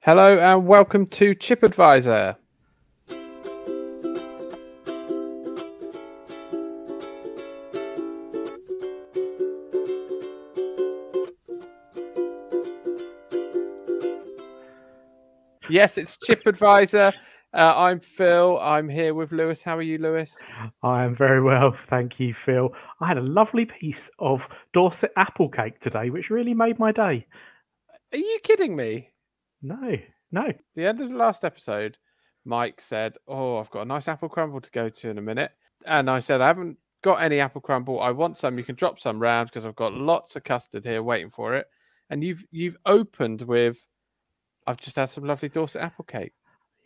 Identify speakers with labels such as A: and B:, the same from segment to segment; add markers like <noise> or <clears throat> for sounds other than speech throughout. A: Hello and welcome to Chip Advisor. Yes, it's Chip Advisor. Uh, I'm Phil. I'm here with Lewis. How are you, Lewis?
B: I am very well, thank you, Phil. I had a lovely piece of Dorset apple cake today, which really made my day.
A: Are you kidding me?
B: No, no.
A: The end of the last episode, Mike said, "Oh, I've got a nice apple crumble to go to in a minute," and I said, "I haven't got any apple crumble. I want some. You can drop some round because I've got lots of custard here waiting for it." And you've you've opened with, "I've just had some lovely Dorset apple cake."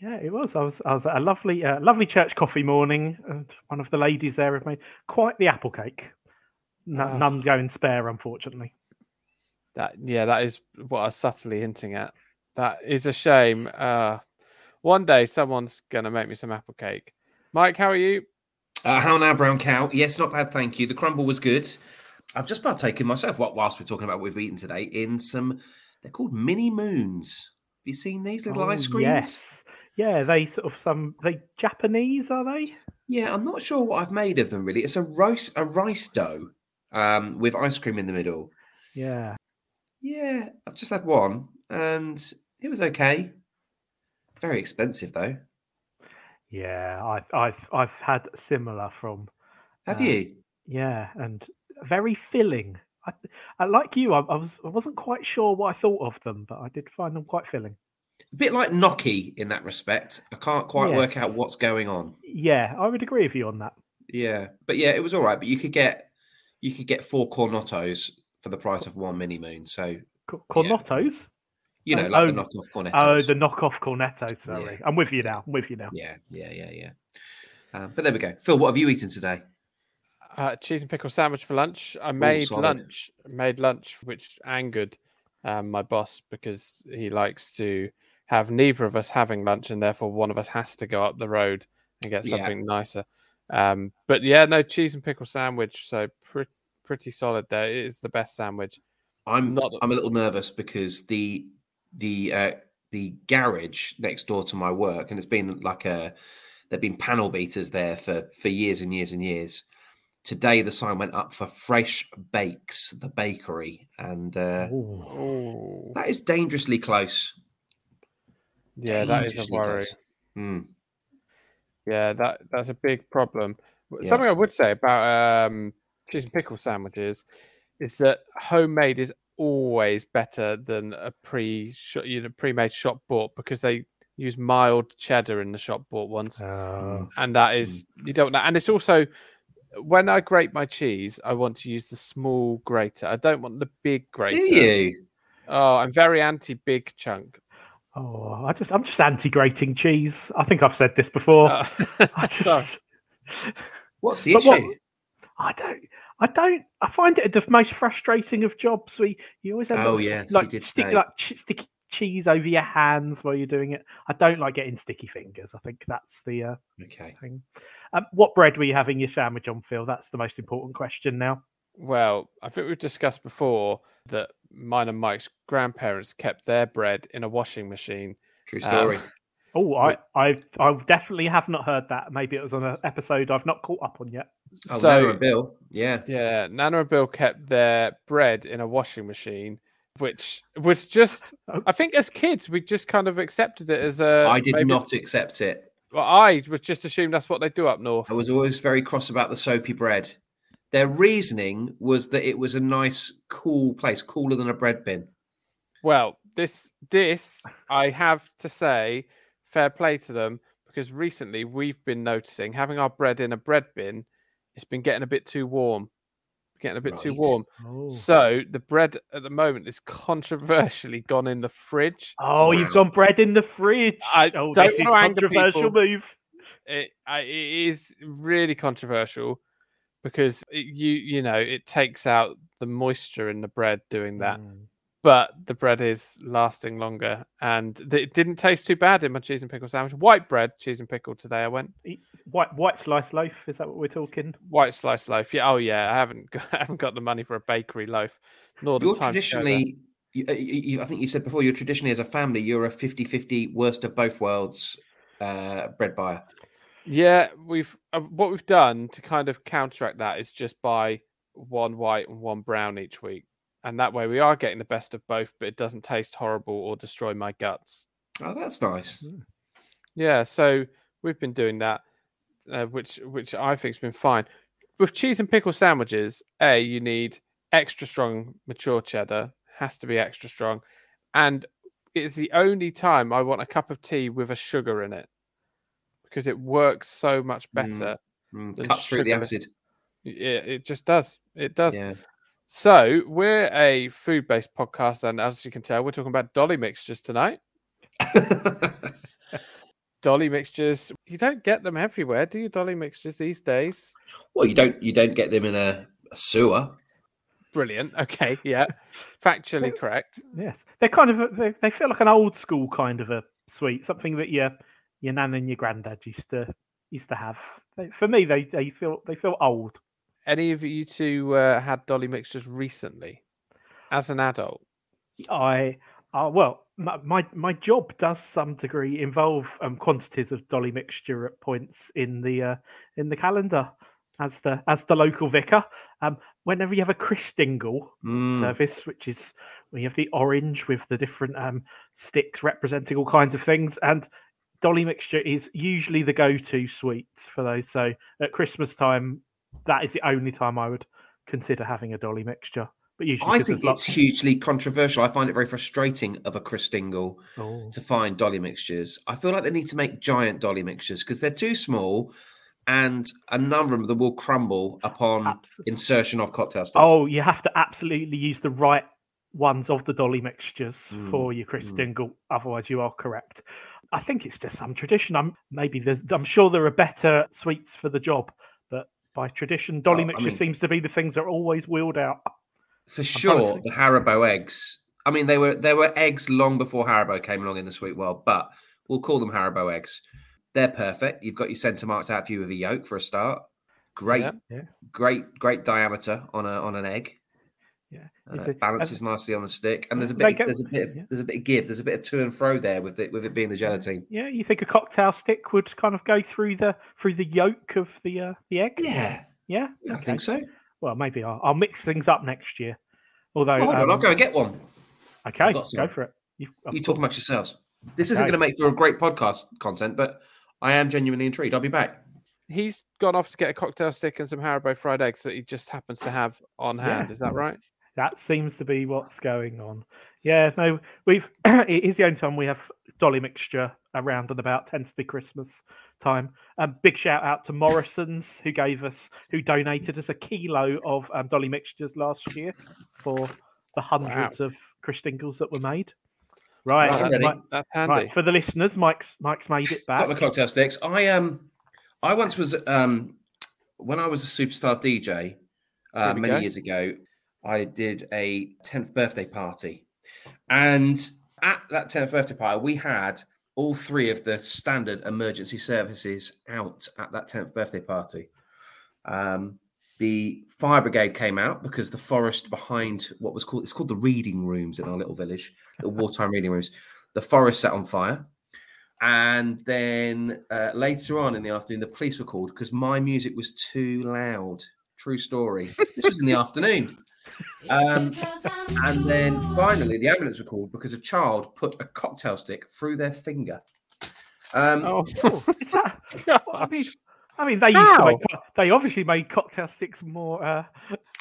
B: Yeah, it was. I was. I was at a lovely, uh, lovely church coffee morning, and one of the ladies there had made quite the apple cake. No,
A: Ah.
B: None going spare, unfortunately.
A: That yeah, that is what I was subtly hinting at. That is a shame. Uh, one day someone's gonna make me some apple cake. Mike, how are you?
C: Uh, how now, brown cow? Yes, not bad, thank you. The crumble was good. I've just partaken myself, wh- whilst we're talking about what we've eaten today, in some. They're called mini moons. Have you seen these little
B: Oh,
C: ice creams?
B: Yes. Yeah, they sort of some. They Japanese are they?
C: Yeah, I'm not sure what I've made of them really. It's a rice, a rice dough, um, with ice cream in the middle.
B: Yeah.
C: Yeah, I've just had one, and it was okay. Very expensive though.
B: Yeah. I've I've I've had similar from
C: Have
B: Ah.
C: you?
B: Yeah, and very filling. I, I like you. I, I was I wasn't quite sure what I thought of them, but I did find them quite filling.
C: A bit like Noki in that respect. I can't quite work out
B: Yes.
C: what's going on.
B: Yeah, I would agree with you on that.
C: Yeah, but yeah, it was all right. But you could get you could get four cornettos for the price of one mini moon. So
B: Co-
C: Yeah.
B: Cornettos.
C: you
B: Oh,
C: know, like the
B: oh,
C: knockoff cornettos.
B: Oh, the knockoff cornetto. Sorry, I'm with you now. I'm with you now.
C: yeah, yeah, yeah, yeah. Um, but there we go. Phil, what have you eaten today?
A: Uh, cheese and pickle sandwich for lunch. I made
C: solid.
A: lunch. Made lunch, which angered um, my boss because he likes to have neither of us having lunch, and therefore one of us has to go up the road and get
C: Yeah.
A: something nicer. Um, but yeah, no cheese and pickle sandwich. So pretty pretty solid there. It is the best sandwich.
C: I'm
A: Not-
C: I'm a little nervous because the the uh, the garage next door to my work, and it's been like a there've been panel beaters there for for years and years and years. Today the sign went up for Fresh Bakes, the bakery, and uh,
B: Ooh.
A: Oh,
C: that is dangerously close.
A: yeah, that is a
C: Dangerously
A: worry.
C: close. Hmm.
A: Yeah, that that's a big problem. But
C: Yeah.
A: Something I would say about um, cheese and pickle sandwiches is that homemade is always better than a pre you know pre-made shop bought because they use mild cheddar in the shop bought ones,
B: Oh.
A: and that is you don't know. And it's also when I grate my cheese, I want to use the small grater. I don't want the big
C: Do
A: grater.
C: you?
A: Oh, I'm very anti big chunk.
B: oh, I just I'm just anti-grating cheese. I think I've said this
C: Oh,
B: before.
C: <laughs>
A: Uh, <laughs>
B: I
A: sorry.
B: just
C: What's the
B: But
C: issue?
B: what- I don't. I don't. I find it the most frustrating of jobs. We you always end
C: Oh,
B: up
C: yes, you
B: like
C: did
B: stick
C: say.
B: like ch- sticky cheese over your hands while you're doing it. I don't like getting sticky fingers. I think that's the uh,
C: Okay.
B: thing. Um, what bread were you having your sandwich on, Phil? That's the most important question now.
A: Well, I think we've discussed before that mine and Mike's grandparents kept their bread in a washing machine.
C: True
A: Um,
C: story.
B: Oh, I, I, I definitely have not heard that. Maybe it was on an episode I've not caught up on yet.
C: oh,
A: so,
C: Nana and Bill. Yeah.
A: yeah, Nana and Bill kept their bread in a washing machine, which was just,
B: Oh.
A: I think as kids, we just kind of accepted it as a.
C: I did
A: uh, maybe-
C: not accept it.
A: Well, I was just assumed that's what they do up north.
C: I was always very cross about the soapy bread. Their reasoning was that it was a nice, cool place, cooler than a bread bin.
A: Well, this this I have to say, fair play to them because recently we've been noticing having our bread in a bread bin, it's been getting a bit too warm, getting a bit too
C: Right.
A: warm.
B: Oh,
A: So the bread at the moment is controversially <laughs> gone in the fridge.
B: Oh, you've
C: Wow.
B: gone bread in the fridge.
A: I
B: oh,
A: don't
B: this is
A: wanna anger
B: controversial
A: people.
B: move.
A: It, I, it is really controversial because it, you you know it takes out the moisture in the bread doing that.
B: Mm.
A: but the bread is lasting longer and th- it didn't taste too bad in my cheese and pickle sandwich white bread cheese and pickle today i went
B: Eat- White, white slice loaf. Is that what we're talking?
A: white <laughs> sliced loaf yeah oh yeah i haven't got, I haven't got the money for a bakery loaf nor the
C: You're
A: time to go there.
C: traditionally you, you- you, I think you said before, you're traditionally as a family, you're a 50 50 worst of both worlds uh, bread buyer.
A: Yeah, we've uh, what we've done to kind of counteract that is just buy one white and one brown each week, and that way we are getting the best of both, but it doesn't taste horrible or destroy my guts.
C: Oh, that's nice.
A: Yeah, so we've been doing that, uh, which which I think's been fine. With cheese and pickle sandwiches, a you need extra strong mature cheddar, has to be extra strong, and it's the only time I want a cup of tea with a sugar in it because it works so much
C: Mm.
A: better.
C: Mm,
A: There's
C: cuts through the
A: sugar.
C: acid.
A: It, it just does. It does.
C: Yeah.
A: So we're a food-based podcast, and as you can tell, we're talking about dolly mixtures tonight.
C: <laughs>
A: Dolly mixtures. You don't get them everywhere, do you? Dolly mixtures these days.
C: well, you don't you don't get them in a, a sewer.
A: Brilliant. Okay. Yeah. Factually correct.
B: Yes, they're kind of a, they, they feel like an old school kind of a sweet, something that your your nan and your granddad used to used to have. They, for me, they they feel they feel old.
A: Any of you two uh, had dolly mixtures recently as an adult?
B: I uh, well, my, my my job does some degree involve um, quantities of dolly mixture at points in the uh, in the calendar as the as the local vicar. Um, whenever you have a christingle
C: Mm.
B: service, which is we have the orange with the different um, sticks representing all kinds of things. And Dolly mixture is usually the go-to sweet for those. So at Christmas time, that is the only time I would consider having a Dolly mixture. But usually,
C: I
B: 'cause
C: think
B: there's
C: it's
B: lots-
C: hugely controversial. I find it very frustrating of a Christingle
B: Oh.
C: to find dolly mixtures. I feel like they need to make giant dolly mixtures because they're too small, and a number of them will crumble upon
B: Abs-
C: insertion of cocktail stuff.
B: Oh, you have to absolutely use the right ones of the dolly mixtures
C: Mm,
B: for your Chris
C: mm.
B: Dingle. Otherwise, you are correct. I think it's just some tradition. I'm maybe there's. I'm sure there are better sweets for the job, but by tradition, dolly
C: Oh, I
B: mixture
C: mean-
B: seems to be the things that are always wheeled out.
C: for
B: trying
C: sure,
B: to
C: the Haribo eggs. I mean, they were there were eggs long before Haribo came along in the sweet world, but we'll call them Haribo eggs. They're perfect. You've got your centre marks out for you with a yolk for a start. Great,
A: Yeah.
B: Yeah.
C: great, great diameter on a on an egg.
B: Yeah,
C: Uh,
B: it's a-
C: balances nicely on the stick, and there's a
B: They
C: bit,
B: go-
C: there's a bit, of,
B: yeah.
C: there's a bit of give, there's a bit of to and fro there with it, with it being the gelatine.
B: Yeah, you think a cocktail stick would kind of go through the through the yolk of the uh, the egg?
C: Yeah,
B: yeah.
C: I think so.
B: Well, maybe I'll, I'll mix things up next year. Although,
C: Oh, hold on, I'll
B: um,
C: go and get one.
B: okay,
C: got
B: go
C: some.
B: for it. You've,
C: You talk amongst yourselves. This isn't
B: Okay.
C: going to make for a great podcast content, but I am genuinely intrigued. I'll be back.
A: He's gone off to get a cocktail stick and some Haribo fried eggs that he just happens to have on
B: Yeah.
A: hand. Is that right?
B: That seems to be what's going on. Yeah, no, we've <clears throat> it is the only time we have dolly mixture around and about. Tends to be Christmas time. Um, big shout out to Morrison's who gave us who donated us a kilo of um, dolly mixtures last year for the hundreds of Christingles that were made. Right,
C: Right,
A: that-
C: ready.
B: Mike-
A: That's handy.
B: right, for the listeners, Mike's Mike's made it back.
C: Got the cocktail sticks. I um, I once was um, when I was a superstar DJ uh,
A: There we
C: many
A: go.
C: years ago. I did a tenth birthday party, and at that tenth birthday party, we had all three of the standard emergency services out at that tenth birthday party. Um, the fire brigade came out because the forest behind what was called it's called the reading rooms in our little village,
A: <laughs>
C: the wartime reading rooms. The forest set on fire. And then uh, later on in the afternoon, the police were called because my music was too loud. True story. This was in the afternoon. Um, and then finally, the ambulance were called because a child put a cocktail stick through their finger.
A: <laughs>
C: Um,
A: Oh,
B: Is
C: <laughs>
B: that- I mean,
A: gosh.
B: I mean, they used to
A: How?
B: make, co- they obviously made cocktail sticks more uh,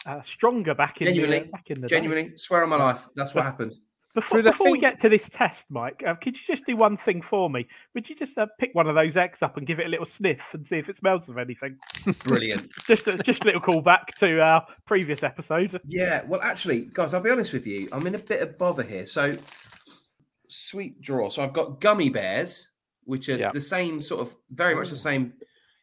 B: uh, stronger back in the
C: Genuinely,
B: back in the day.
C: genuinely, swear on my life, that's what happened.
B: Before,
A: Through the
B: before we get
A: fingers.
B: to this test, Mike, uh, could you just do one thing for me? Would you just uh, pick one of those eggs up and give it a little sniff and see if it smells of anything?
C: Brilliant.
B: Just a, just a
C: <laughs>
B: little callback to our previous episode.
C: Yeah, well, actually, guys, I'll be honest with you. I'm in a bit of bother here. So, sweet draw. So, I've got gummy bears, which are
A: Yeah.
C: the same sort of, very much the
B: Ooh.
C: same.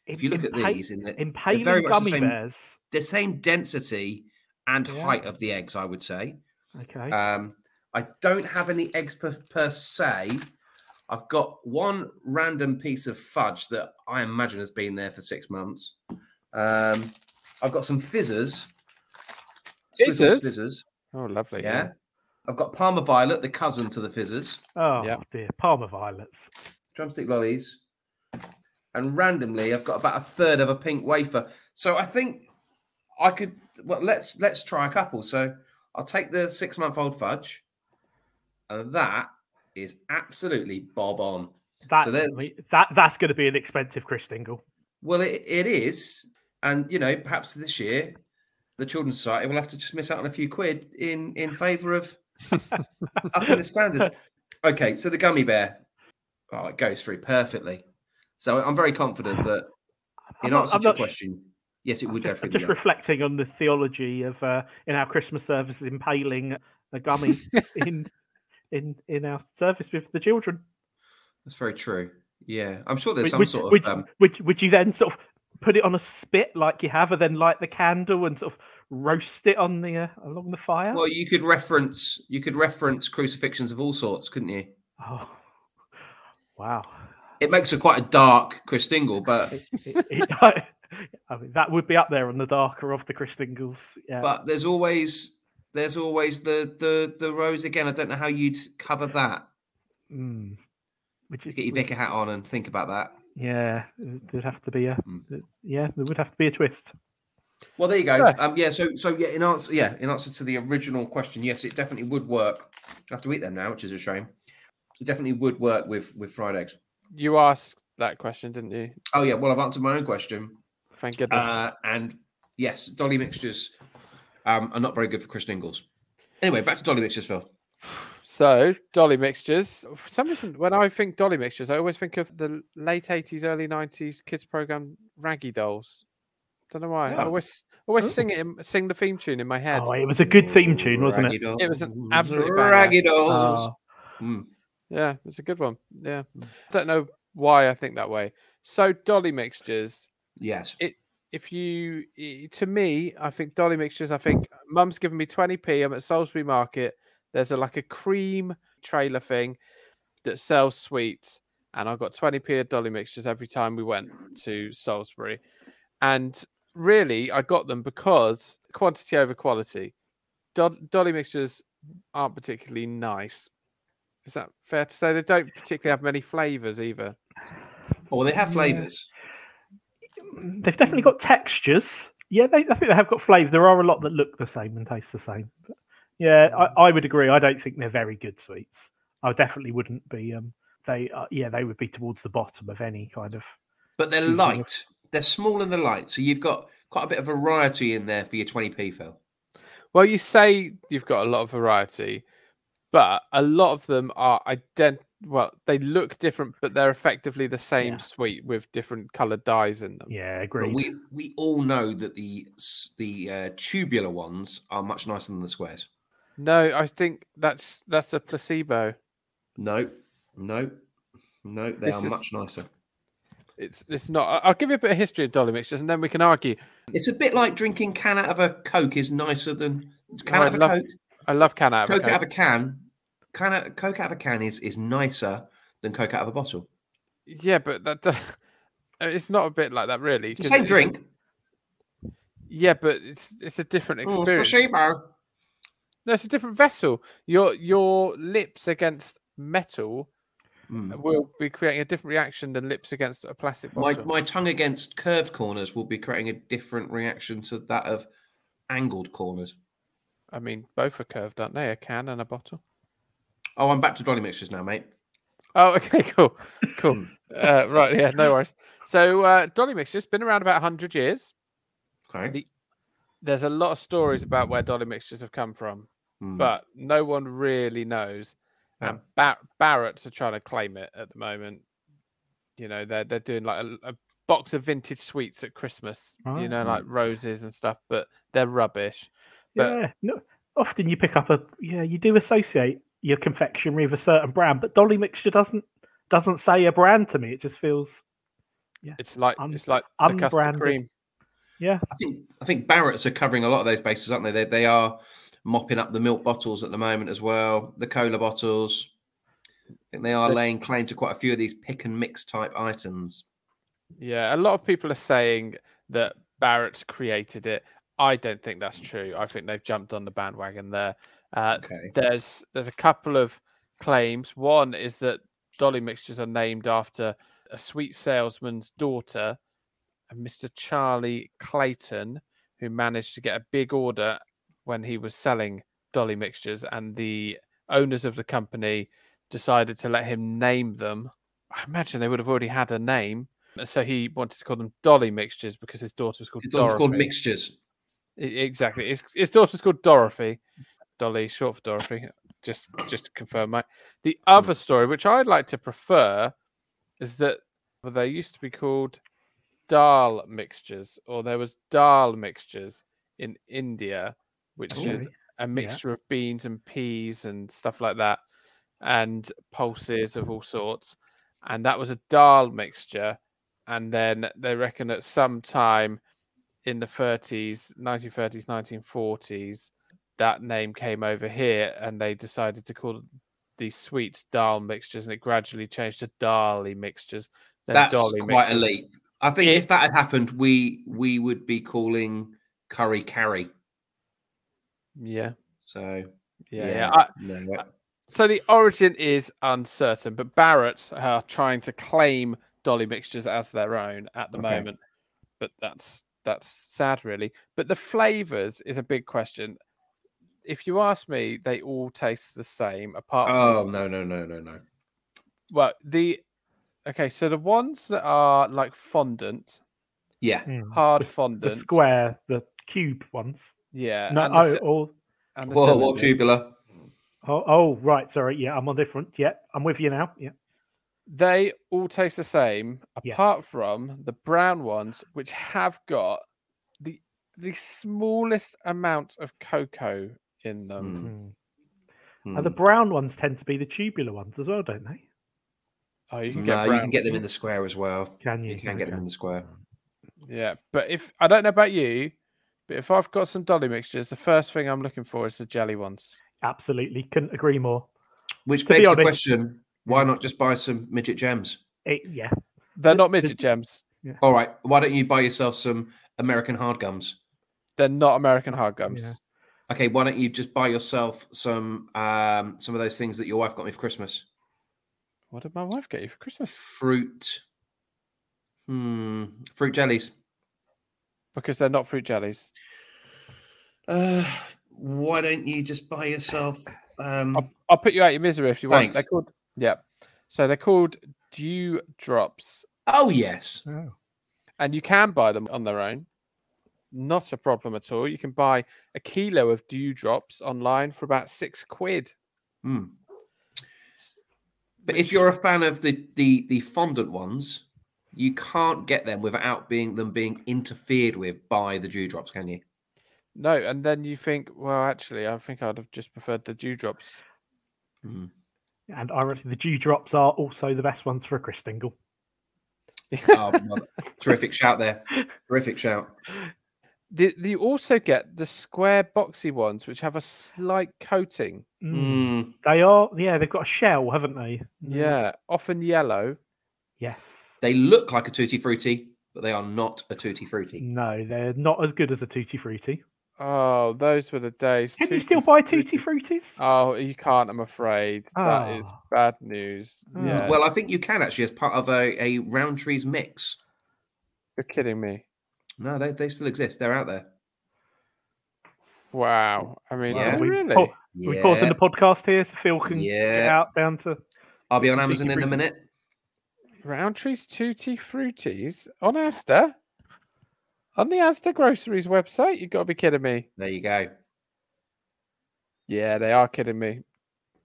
C: If you look at
B: Impa-
C: these, in the,
B: impaling
C: very much the
B: gummy
C: same-
B: bears.
C: the same density and
B: Yeah.
C: height of the eggs, I would say.
B: Okay.
C: Um, I don't have any eggs per, per se. I've got one random piece of fudge that I imagine has been there for six months. Um, I've got some fizzers. Swizzles
A: Fizzers?
C: Fizzers.
A: oh lovely.
C: Yeah. I've got Palmer Violet, the cousin to the fizzers,
B: Oh
A: Yep.
B: dear, Palmer violets.
C: drumstick lollies, and randomly I've got about a third of a pink wafer. So I think I could. Well, let's let's try a couple. So I'll take the six month old fudge, and that is absolutely bob on.
B: That
C: So there's-
B: we- that that's going to be an expensive Chris Dingle.
C: Well, it, it is, and you know, perhaps this year the Children's Society will have to just miss out on a few quid in in favour of upping the standards. Okay, so the gummy bear, oh, it goes through perfectly. So I'm very confident that in
B: not-
C: answer
B: I'm
C: to your
B: not su-
C: question, yes, it would go
B: Just,
C: through.
B: I'm
C: The
B: just
C: gummy.
B: reflecting on the theology of uh, in our Christmas services impaling a gummy
C: <laughs>
B: in in in our service with the children.
C: That's very true. Yeah, I'm sure there's
B: Would-
C: some
B: would,
C: sort of
B: would,
C: um,
B: would, would you then sort of put it on a spit like you have, and then light the candle and sort of roast it on the uh, along the fire?
C: well, you could reference you could reference crucifixions of all sorts, couldn't you?
B: <laughs> Oh, wow!
C: It makes it quite a dark Chris Dingle, but
B: It- <laughs> it- I mean, that would be up there on the darker of the Chris Dingles. Yeah,
C: but there's always there's always the the the rose again. I don't know how you'd cover that.
B: Mm. Which
C: To
B: is
C: get your vicar hat on and think about that.
B: yeah, there'd have to be a
C: Mm.
B: th- yeah, there would have to be a twist.
C: Well, there you go.
A: So-
C: um, yeah. So so yeah. In answer, yeah. In answer to the original question, yes, it definitely would work. I have to eat them now, which is a shame. It definitely would work with with fried eggs.
A: You asked that question, didn't you?
C: Oh yeah. Well, I've answered my own question,
A: Thank goodness.
C: uh, and yes, dolly mixtures um, are not very good for Chris Ingles. Anyway, back to dolly mixtures, Phil.
A: So Dolly mixtures. For some reason, when I think Dolly mixtures, I always think of the late eighties, early nineties kids program Raggy Dolls. Don't know why.
C: Oh.
A: I always always
C: Oh.
A: sing it, in, sing the theme tune in my head.
B: Oh, it was a good theme tune, wasn't it?
A: It was an absolute banger.
C: raggy dolls.
B: Oh,
C: Mm.
A: Yeah, it's a good one. Yeah, don't know why I think that way. So Dolly mixtures.
C: Yes.
A: If you, i- to me, I think Dolly mixtures. I think Mum's given me twenty p. I'm at Salisbury Market. There's a like a cream trailer thing that sells sweets, and I got 20p of Dolly mixtures every time we went to Salisbury. And really, I got them because quantity over quality. Dod- Dolly mixtures aren't particularly nice. Is that fair to say? They don't particularly have many flavors either.
C: Well, they have flavors.
B: they've definitely got textures. Yeah, they, I think they have got flavour. There are a lot that look the same and taste the same. But yeah, I, I would agree. I don't think they're very good sweets. I definitely wouldn't be. Um, they uh, yeah, they would be towards the bottom of any kind of.
C: but they're
B: Easy enough.
C: light. They're small and they're light, so you've got quite a bit of variety in there for your 20p, Phil.
A: Well, you say you've got a lot of variety, but a lot of them are ident. Well, they look different, but they're effectively the same
B: Yeah.
A: sweet with different coloured dyes in them.
B: Yeah,
C: But
B: agreed.
C: we we all know that the s- the uh, tubular ones are much nicer than the squares.
A: No, I think that's that's a placebo.
C: No, no, no, they
A: This
C: are
A: is-
C: much nicer.
A: It's it's not. I- I'll give you a bit of history of dolly mixtures, and then we can argue.
C: It's a bit like drinking can out of a coke is nicer than
A: Oh,
C: can out
A: I'd
C: of a
A: love-
C: coke.
A: I love can out of a
C: Coke out of
A: Coke.
C: a can, can out, coke out of a can is is nicer than coke out of a bottle.
A: Yeah, but that do- <laughs> it's not a bit like that really.
C: It's the
A: 'cause
C: same
A: it-
C: drink.
A: Yeah, but it's it's a different
C: Oh, it's
A: experience.
C: placebo.
A: no, it's a different vessel. Your your lips against metal
C: Mm.
A: will be creating a different reaction than lips against a plastic
C: My,
A: bottle.
C: my tongue against curved corners will be creating a different reaction to that of angled corners.
A: I mean, both are curved, aren't they? A can and a bottle.
C: Oh, I'm back to dolly mixtures now, mate.
A: Oh, <laughs> okay, cool, cool. uh, right, yeah, no worries. So uh, dolly mixture's been around about hundred years.
C: Okay.
A: The- there's a lot of stories about where dolly mixtures have come from,
C: Mm.
A: but no one really knows.
C: Yeah.
A: And Bar- Barrett's are trying to claim it at the moment. You know, they're they're doing like a, a box of vintage sweets at Christmas. You know,
C: Ah.
A: like roses and stuff, but they're rubbish. but-
B: yeah, no, often you pick up a yeah, you do associate your confectionery with a certain brand, but Dolly Mixture doesn't doesn't say a brand to me. It just feels
A: It's like
B: Un-
A: it's like the custard
B: unbranded.
A: cream.
C: I think I think Barrett's are covering a lot of those bases, aren't they? They they are mopping up the milk bottles at the moment as well, the cola bottles. I think they are
A: They-
C: laying claim to quite a few of these pick and mix type items.
A: Yeah, a lot of people are saying that Barrett's created it. I don't think that's true. I think they've jumped on the bandwagon there. Uh,
C: Okay.
A: there's there's a couple of claims. One is that dolly mixtures are named after a sweet salesman's daughter, a Mr. Charlie Clayton, who managed to get a big order when he was selling dolly mixtures, and the owners of the company decided to let him name them. I imagine they would have already had a name, so he wanted to call them dolly mixtures because his daughter was called.
C: It's also called
A: Dorothy.
C: mixtures.
A: I- E-, Exactly. His, his daughter's called Dorothy. Dolly, short for Dorothy. Just just to confirm, mate. The other story, which I'd like to prefer, is that well, they used to be called dal mixtures, or there was dal mixtures in India, which
C: Oh.
A: is
B: Okay.
A: a mixture of beans and peas and stuff like that, and pulses of all sorts. And that was a dal mixture. And then they reckon at some time in the 30s, 1930s, 1940s, that name came over here and they decided to call these sweets dal mixtures and it gradually changed to Dali mixtures. Then
C: That's
A: Dolly
C: quite a
A: mixtures.
C: leap. I think
A: Yeah.
C: if that had happened, we we would be calling curry carry.
A: Yeah,
C: So
A: yeah, yeah. I-
C: no,
A: So the origin is uncertain, but Barrett are trying to claim Dolly Mixtures as their own at the
C: Okay.
A: moment. But that's that's sad, really. But the flavors is a big question. If you ask me, they all taste the same, apart from
C: oh no no no no no.
A: well the okay. So the ones that are like fondant,
C: Yeah,
B: Mm.
A: hard
B: The-
A: fondant,
B: The square, the cube ones.
A: yeah,
B: No,
A: and the
B: oh,
A: cy-
B: oh,
A: and the
C: whoa, whoa,
A: cylinder.
C: tubular.
B: oh, oh, right. Sorry. Yeah, I'm on different. Yeah, I'm with you now. Yeah.
A: they all taste the same
B: Yes.
A: apart from the brown ones which have got the the smallest amount of cocoa in them
B: Mm.
C: Hmm.
B: And the brown ones tend to be the tubular ones as well, don't they?
A: oh you can
C: no,
A: get
C: you
A: brown
C: can get them in the square as well.
B: Can you?
C: You can get them in the square.
A: yeah but if i don't know about you but if i've got some dolly mixtures the first thing i'm looking for is the jelly ones
B: Absolutely. Couldn't agree more.
C: Which
B: be
C: begs the
B: honest-
C: question: Why not just buy some midget gems?
B: It, yeah.
A: they're
B: The-
A: not
B: the-
A: midget gems
C: All right, why don't you buy yourself some American hard gums?
A: they're not american hard gums
C: Okay, why don't you just buy yourself some um, some of those things that your wife got me for Christmas?
A: what did my wife get you for christmas
C: Fruit, hmm, fruit jellies.
A: because they're not fruit jellies
C: Uh, why don't you just buy yourself? Um,
A: I'll, I'll put you out your misery if you want they're
C: Thanks.
A: called yeah so they're called dew drops
C: oh yes,
B: Oh.
A: and you can buy them on their own. Not a problem at all. You can buy a kilo of dewdrops online for about six quid.
C: Hmm.
A: S-
C: But
A: which-
C: if you're a fan of the the the fondant ones, you can't get them without being them being interfered with by the dewdrops, can you?
A: no, and then you think, well, actually, I think I'd have just preferred the dewdrops.
B: And ironically, the dewdrops are also the best ones for a Christingle.
C: Oh, well, terrific shout there! Terrific shout.
A: The, the- you also get the square boxy ones, which have a slight coating.
B: Mm.
C: Mm.
B: They are, yeah, they've got a shell, haven't they? Mm.
A: Yeah, often yellow.
B: Yes.
C: They look like a tutti frutti, but they are not a tutti frutti.
B: No, they're not as good as a Tutti Frutti.
A: Oh, those were the days.
B: Can you
A: Tutti
B: still buy
A: Frutti.
B: Tutti
C: Uh,
B: Fruttis?
A: Oh, you can't. I'm afraid that is
B: Ah.
A: bad news.
B: Ah.
A: Yeah,
C: Well, I think you can actually as part of a, a Roundtree's mix.
A: you're kidding me.
C: No, they, they still exist. They're out there.
A: Wow. I mean,
C: Yeah.
A: oh,
B: We-
A: really?
B: oh, We're pausing the podcast here so Phil can get
C: yeah.
B: out down to.
C: I'll be on
B: Tutti
C: Amazon in a
B: Frutti.
C: minute.
A: Roundtree's Tutti Fruities on Asda? On the Asda Groceries website? you got to be kidding me.
C: There you go.
A: Yeah, they are kidding me.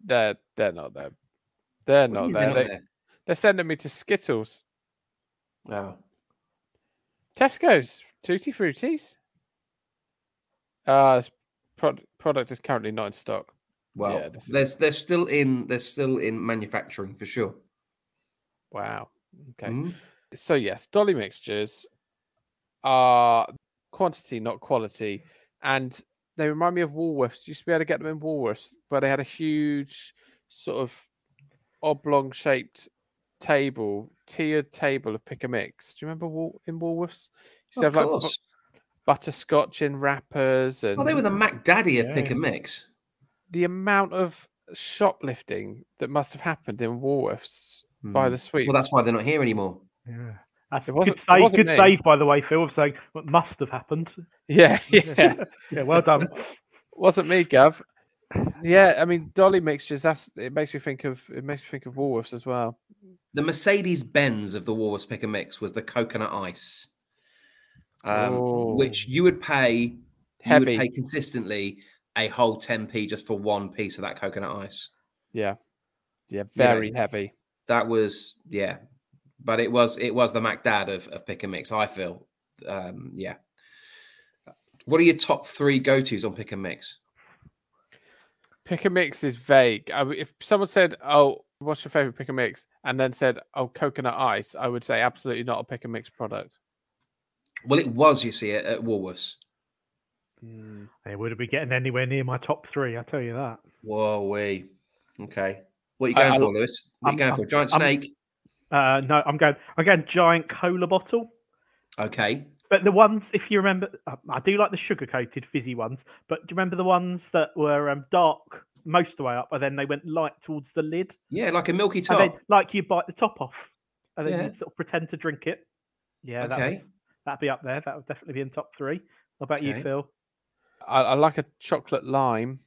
A: They're, they're not there. They're
C: What
A: not
C: do you mean
A: there.
C: they're
A: they, They're sending me to Skittles.
C: not
A: Tesco's Tutti Fruities. Uh, this prod- product is currently not in stock.
C: Well,
A: Yeah, this is-
C: there's they're still in they're still in manufacturing for sure.
A: Wow. Okay.
C: Mm.
A: so yes, dolly mixtures are quantity, not quality, and they remind me of Woolworths. You used to be able to get them in Woolworths, where they had a huge sort of oblong shaped table, tiered table of pick a mix. Do you remember Wool- in Woolworths? You used to
C: of
A: have like bu-
C: course.
A: butterscotch in wrappers and
C: well, they were the Mac Daddy of
B: Yeah,
C: pick
B: yeah.
C: and mix.
A: the amount of shoplifting that must have happened in Woolworths by the sweets.
C: Hmm. Well, that's why they're not here anymore.
B: Yeah. That's
A: It
B: a
A: wasn't-
B: good
A: it
B: save,
A: wasn't
B: good
A: me.
B: save, by the way, Phil, of saying what must have happened.
A: <laughs>
C: <laughs>
A: yeah, yeah.
B: <laughs> Yeah, well done.
A: Wasn't me, Gav. Yeah, I mean dolly mixtures. That's it. Makes me think of it. Makes me think of Woolworths as well.
C: The Mercedes Benz of the Woolworths Pick and Mix was the coconut ice, um,
A: Oh.
C: which you would pay you would
A: Heavy.
C: pay consistently a whole 10p just for one piece of that coconut ice.
A: Yeah, yeah. Very heavy.
C: That was yeah, but it was it was the MacDad of of Pick and Mix. I feel um, yeah. What are your top three go tos on Pick and Mix?
A: Pick a mix is vague. I, w- if someone said, "Oh, what's your favorite pick a mix?" and then said, "Oh, coconut ice," I would say absolutely not a pick a mix product.
C: Well, it was you see at, at Woolworths.
A: Hmm.
B: They wouldn't be getting anywhere near my top three, I tell you that.
C: Whoa, we okay. What are you
A: I-
C: going
A: I-
C: for, Lewis? What are
B: I'm-
C: you going
B: I'm-
C: for? Giant
B: I'm-
C: snake.
B: Uh, no, I'm going. I'm going giant cola bottle.
C: Okay.
B: But the ones, if you remember, uh, I do like the sugar coated fizzy ones. But do you remember the ones that were um, dark most of the way up, and then they went light towards the lid,
C: Yeah, like a milky
B: and
C: top.
B: then like you bite the top off, and then
C: Yeah.
B: you sort of pretend to drink it. Yeah, that
C: Okay.
B: was- that'd be up there. That would definitely be in top three. What about
C: Okay.
B: you, Phil?
A: I, I like a chocolate lime.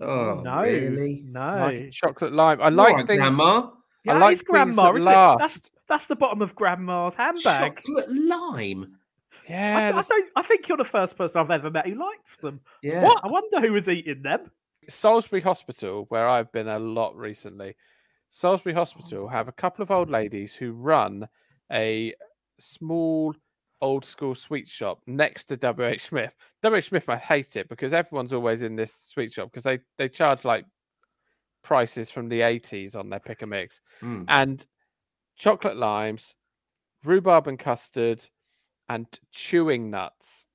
C: Oh,
B: no,
C: really?
A: I
B: no.
A: like a chocolate lime. I
C: All
A: like
C: right,
A: things.
C: Grandma.
A: I
B: that
A: like
B: is
A: things that
B: isn't it? That's
A: last.
B: that's the bottom of grandma's handbag.
C: Chocolate lime.
A: Yeah,
B: I, I
A: that's-
B: don't. I think you're the first person I've ever met who likes them.
C: Yeah.
B: What? I wonder who was eating them.
A: Salisbury Hospital, where I've been a lot recently, Salisbury
C: Oh.
A: Hospital have a couple of old ladies who run a small old school sweet shop next to WH Smith. WH Smith, I hate it because everyone's always in this sweet shop because they, they charge like prices from the 80s on their pick and mix
C: Mm.
A: and chocolate limes, rhubarb and custard, and chewing nuts,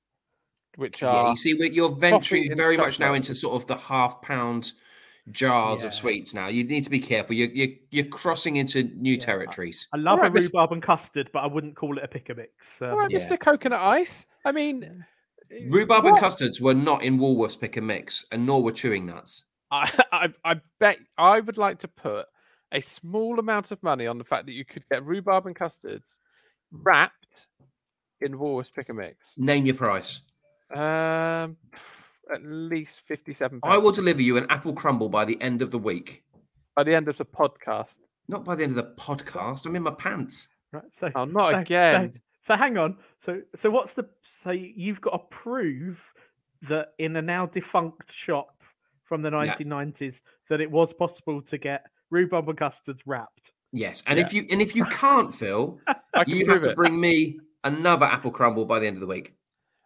A: which
C: Yeah,
A: are
C: you see, we're- you're venturing
A: and
C: very much now
A: chocolate.
C: into sort of the half pound jars of
B: Yeah.
C: sweets. Now you need to be careful. You're you're, you're crossing into new territories.
B: I love
A: right,
B: a
A: Mr.
B: rhubarb and custard, but I wouldn't call it a pick a mix. Um,
A: All right,
C: yeah.
A: Mr. Coconut Ice. I mean,
C: Rhubarb
A: what-
C: and custards were not in Woolworths pick and mix, and nor were chewing nuts.
A: I, <laughs> I, I bet I would like to put a small amount of money on the fact that you could get rhubarb and custards wrapped in Woolworths Pick a Mix.
C: Name your price.
A: Um, at least fifty-seven.
C: I will
A: pence.
C: deliver you an apple crumble by the end of the week.
A: by the end of the podcast.
C: Not by the end of the podcast. I'm in my pants.
B: Right. So,
A: Oh, not
B: so- so-
A: again.
B: So, hang on. So, so what's the? So you've got to prove that in a now defunct shop from the 1990s that it was possible to get rhubarb and custards wrapped. <laughs>
C: Yes, and
A: Yeah.
C: if you and if you can't, Phil,
A: <laughs> I can
C: you
A: prove
C: have to
A: it.
C: bring me another apple crumble by the end of the week.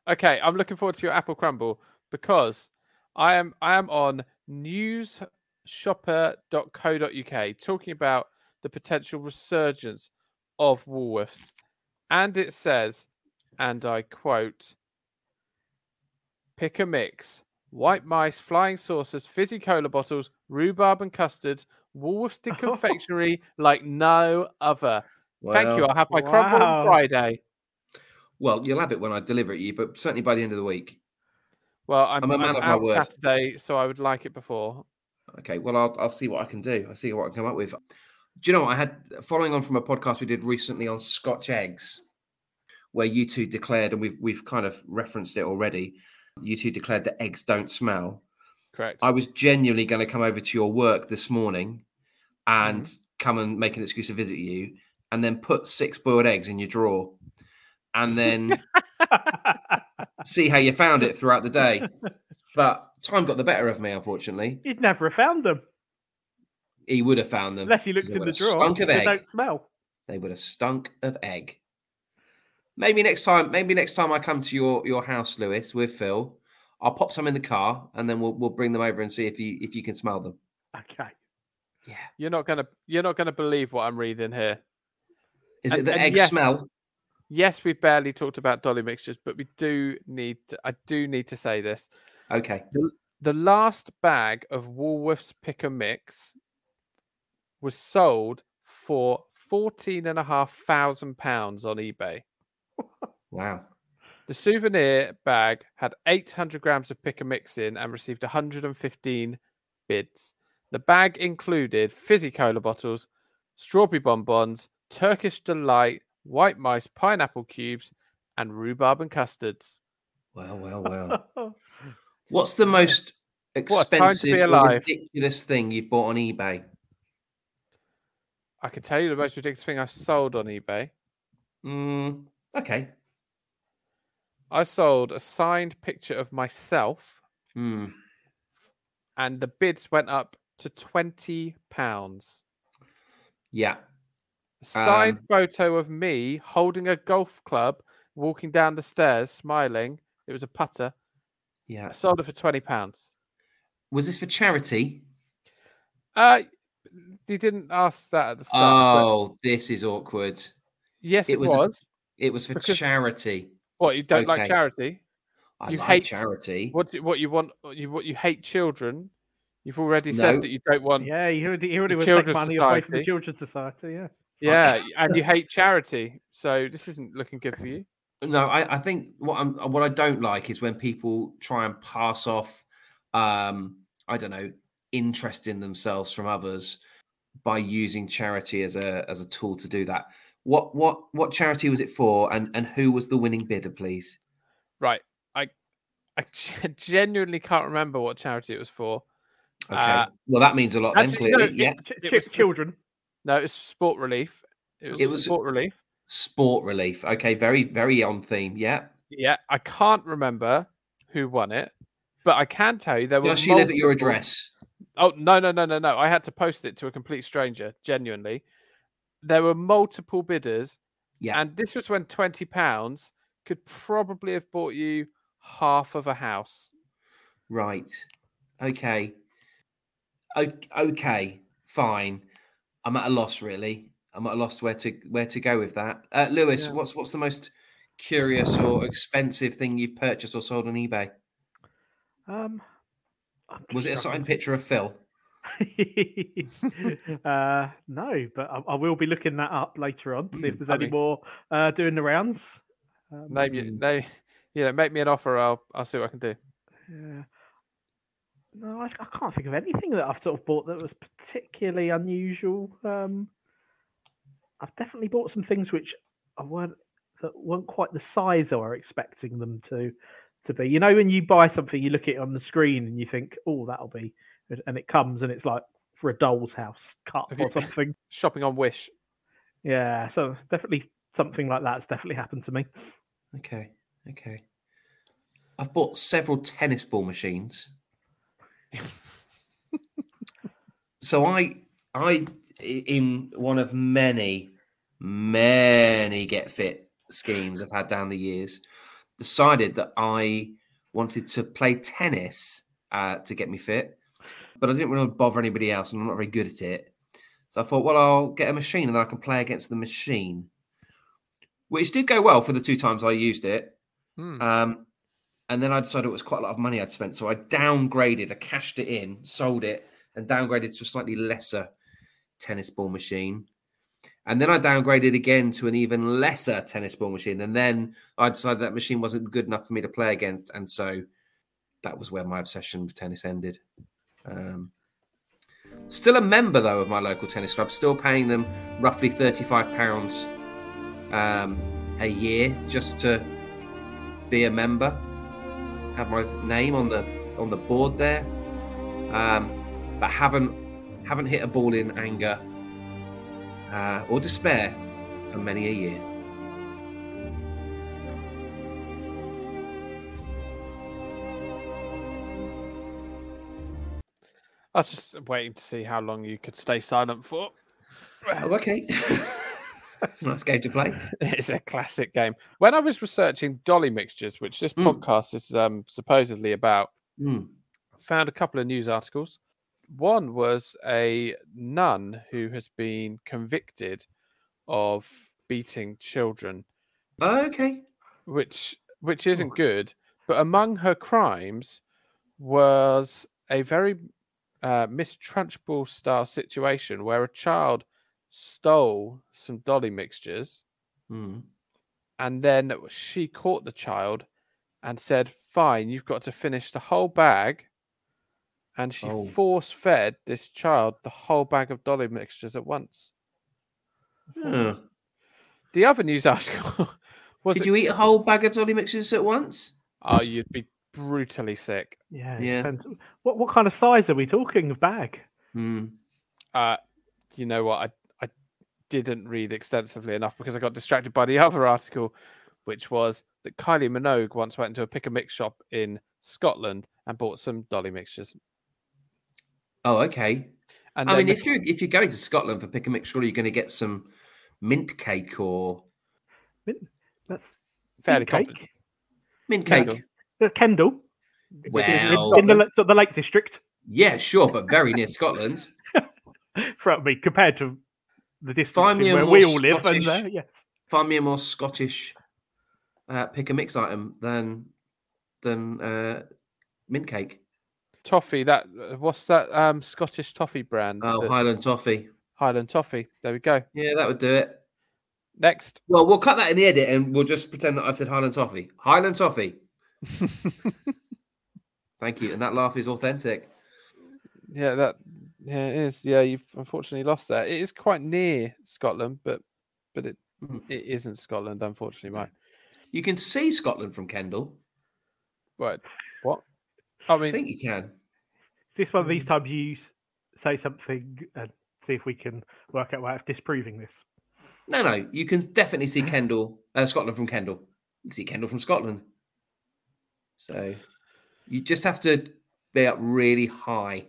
A: Okay, I'm looking forward to your apple crumble because I am I am on newsshopper.co.uk talking about the potential resurgence of Woolworths. And it says, and I quote, pick a mix. White mice, flying saucers, fizzy cola bottles, rhubarb and custards, Woolworths did confectionery like no other. Thank you.
C: Well-
A: I'll have my crumble
B: Wow.
A: on Friday.
C: Well, you'll have it when I deliver it to you, but certainly by the end of the week.
A: Well, I'm,
C: I'm a man
A: I'm
C: of my
A: out
C: word.
A: Saturday, so I would like it before.
C: Okay. Well, I'll, I'll see what I can do. I'll see what I can come up with. Do you know what I had following on from a podcast we did recently on Scotch eggs, where you two declared, and we've we've kind of referenced it already. You two declared that eggs don't smell.
A: Correct.
C: I was genuinely going to come over to your work this morning, and come and make an excuse to visit you, and then put six boiled eggs in your drawer, and then see how you found it throughout the day. But time got the better of me, unfortunately.
B: You'd never have found them
C: He would have found them.
B: unless you
C: 'cause
B: looked
C: they
B: in
C: would
B: the
C: have
B: drawer.
C: Stunk of
B: they
C: egg.
B: don't smell.
C: They would have stunk of egg. Maybe next time. Maybe next time I come to your your house, Lewis, with Phil, I'll pop some in the car, and then we'll we'll bring them over and see if you if you can smell them.
B: Okay.
C: Yeah.
A: You're not gonna you're not gonna believe what I'm reading here.
C: Is
A: And-
C: it the
A: and
C: egg
A: yes-
C: smell?
A: Yes, we barely talked about dolly mixtures, but we do need to, I do need to say this.
C: Okay.
A: The last bag of Woolworths pick and mix was sold for fourteen and a half thousand pounds on eBay.
C: Wow.
A: The souvenir bag had 800 grams of pick and mix in and received 115 bids. The bag included fizzy cola bottles, strawberry bonbons, Turkish delight, white mice, pineapple cubes, and rhubarb and custards.
C: Well, well, well. What's the most
A: <laughs> What a time to be
C: expensive, or
A: alive.
C: ridiculous thing you've bought on eBay?
A: I can tell you the most ridiculous thing I sold on eBay.
C: Mm, okay.
A: I sold a signed picture of myself,
C: Hmm.
A: and the bids went up to twenty pounds.
C: Yeah.
A: Signed
C: Um,
A: photo of me holding a golf club, walking down the stairs, smiling. It was a putter. I
C: Yeah.
A: sold it for twenty pounds.
C: Was this for charity?
A: Uh, you didn't ask that at the start. but
C: oh, this is awkward.
A: yes,
C: it
A: it,
C: was
A: was.
C: a- It was for
A: Because-
C: charity.
A: What you don't like
C: Okay.
A: charity?
C: I
A: You
C: like
A: hate-
C: charity.
A: What do- what you want? what You what you hate children? You've already said
C: No.
A: that you don't want. Yeah,
B: <laughs> Yeah, you already, you already
A: The
B: would take
A: Children's
B: money away from the
A: Society.
B: Children's Society. Yeah.
C: <laughs>
A: and you hate charity. So this isn't looking good for you.
C: No, I, I think what I'm what I don't like is when people try and pass off um I don't know interest in themselves from others by using charity as a as a tool to do that. What what what charity was it for and and who was the winning bidder please?
A: Right. I I gen- genuinely can't remember what charity it was for.
C: Okay.
A: Uh,
C: well that means a lot then
A: actually, no,
C: clearly.
A: it-
C: yeah.
B: Ch-
A: It
B: ch-
A: was-
B: children.
A: No, it's sport relief. It was,
C: It was-
A: sport relief.
C: Sport relief. Okay, very very on theme. Yeah.
A: Yeah, I can't remember who won it, but I can tell you there were.
C: Does she live at your
A: multiple-
C: address?
A: Oh no no no no no! I had to post it to a complete stranger. Genuinely, there were multiple bidders,
C: Yeah.
A: and this was when twenty pounds could probably have bought you half of a house.
C: Right. Okay. O- okay. Fine. I'm at a loss, really. I'm at a loss where to where to go with that. Uh, Lewis,
A: Yeah.
C: what's what's the most curious or expensive thing you've purchased or sold on eBay?
B: Um, I'm
C: Was it a
B: just
C: signed picture of Phil?
B: struggling. <laughs> uh, no, but I, I will be looking that up later on to
C: Hmm,
B: see if there's any
A: Lovely.
B: more uh, doing the rounds. Um,
A: Name you
C: Hmm.
A: name, <laughs> you know, make me an offer. I'll I'll see what I can do.
B: Yeah. No, I, I can't think of anything that I've sort of bought that was particularly unusual. Um, I've definitely bought some things which I weren't that weren't quite the size I were expecting them to to be. You know, when you buy something, you look at it on the screen and you think, "Oh, that'll be," good," and it comes and it's like for a doll's house cup
A: Have you-
B: or something.
A: Shopping on Wish.
B: Yeah, so definitely something like that's definitely happened to me.
C: Okay. Okay. I've bought several tennis ball machines. so I I i- in one of many many get fit schemes I've had down the years decided that I wanted to play tennis uh, to get me fit, but I didn't want to bother anybody else and I'm not very good at it. So I thought, well, I'll get a machine and then I can play against the machine, which did go well for the two times I used it.
A: Hmm.
C: Um, and then I decided it was quite a lot of money I'd spent, so I downgraded. I cashed it in, sold it, and downgraded to a slightly lesser tennis ball machine. And then I downgraded again to an even lesser tennis ball machine. And then I decided that machine wasn't good enough for me to play against, and so that was where my obsession with tennis ended. Um, still a member though of my local tennis club, still paying them roughly thirty-five pounds um, a year just to be a member, have my name on the on the board there, um, but haven't haven't hit a ball in anger uh, or despair for many a year.
A: I was just waiting to see how long you could stay silent for.
C: Oh, okay. <laughs> It's a nice game to play.
A: <laughs> It's a classic game. When I was researching dolly mixtures, which this
C: Mm.
A: podcast is um, supposedly about,
C: Mm.
A: I found a couple of news articles. One was a nun who has been convicted of beating children,
C: Oh, okay.
A: which which isn't good. But among her crimes was a very uh, Miss Trunchbull style situation where a child stole some dolly mixtures
C: Mm.
A: and then she caught the child and said, "Fine, you've got to finish the whole bag, and she
C: Oh.
A: force fed this child the whole bag of dolly mixtures at once.
C: Huh.
A: The other news <laughs> article was
C: Did
A: it-
C: you eat a whole bag of Dolly mixes at once?
A: oh, you'd be brutally sick.
B: Yeah. it
C: Yeah.
B: depends. What what kind of size are we talking of bag?
C: Hmm.
A: Uh, you know what? I, I didn't read extensively enough because I got distracted by the <laughs> other article, which was that Kylie Minogue once went into a pick and mix shop in Scotland and bought some dolly mixtures.
C: Oh, okay.
A: And then
C: I mean,
A: the-
C: if you're if you're going to Scotland for pick and mix, surely you're going to get some mint cake or
B: That's
A: fairly
B: big cake.
A: confident.
C: mint
A: Cake.
C: cake.
B: That's Kendall
A: Which is
C: Well,
B: in the, so the Lake District. <laughs>
C: yeah, sure, but very near Scotland.
B: For me, compared to the distance
C: Find me
B: in
C: a
B: where
C: more
B: we all live, and
C: Scottish-
B: there, yes,
C: Find me a more Scottish uh, pick and mix item than than uh, mint cake.
A: toffee that what's that um scottish toffee brand
C: Oh,
A: that-
C: Highland toffee.
A: highland toffee there we go
C: Yeah, that would do it.
A: next
C: Well, we'll cut that in the edit and we'll just pretend that I've said Highland toffee. Highland toffee. Thank you, and that laugh is authentic.
A: yeah that yeah it is yeah you've unfortunately lost that it is quite near scotland but but it
C: Mhm.
A: it isn't scotland unfortunately
C: <laughs>
A: mate
C: You can see Scotland from Kendall.
A: right what i
C: I
A: mean
C: think you can.
B: is this one of
C: Hmm.
B: these times you s- say something and see if we can work out a way of disproving this?
C: No, no, you can definitely see Kendall, uh, Scotland from Kendall. You can see Kendall from Scotland. So you just have to be up really high.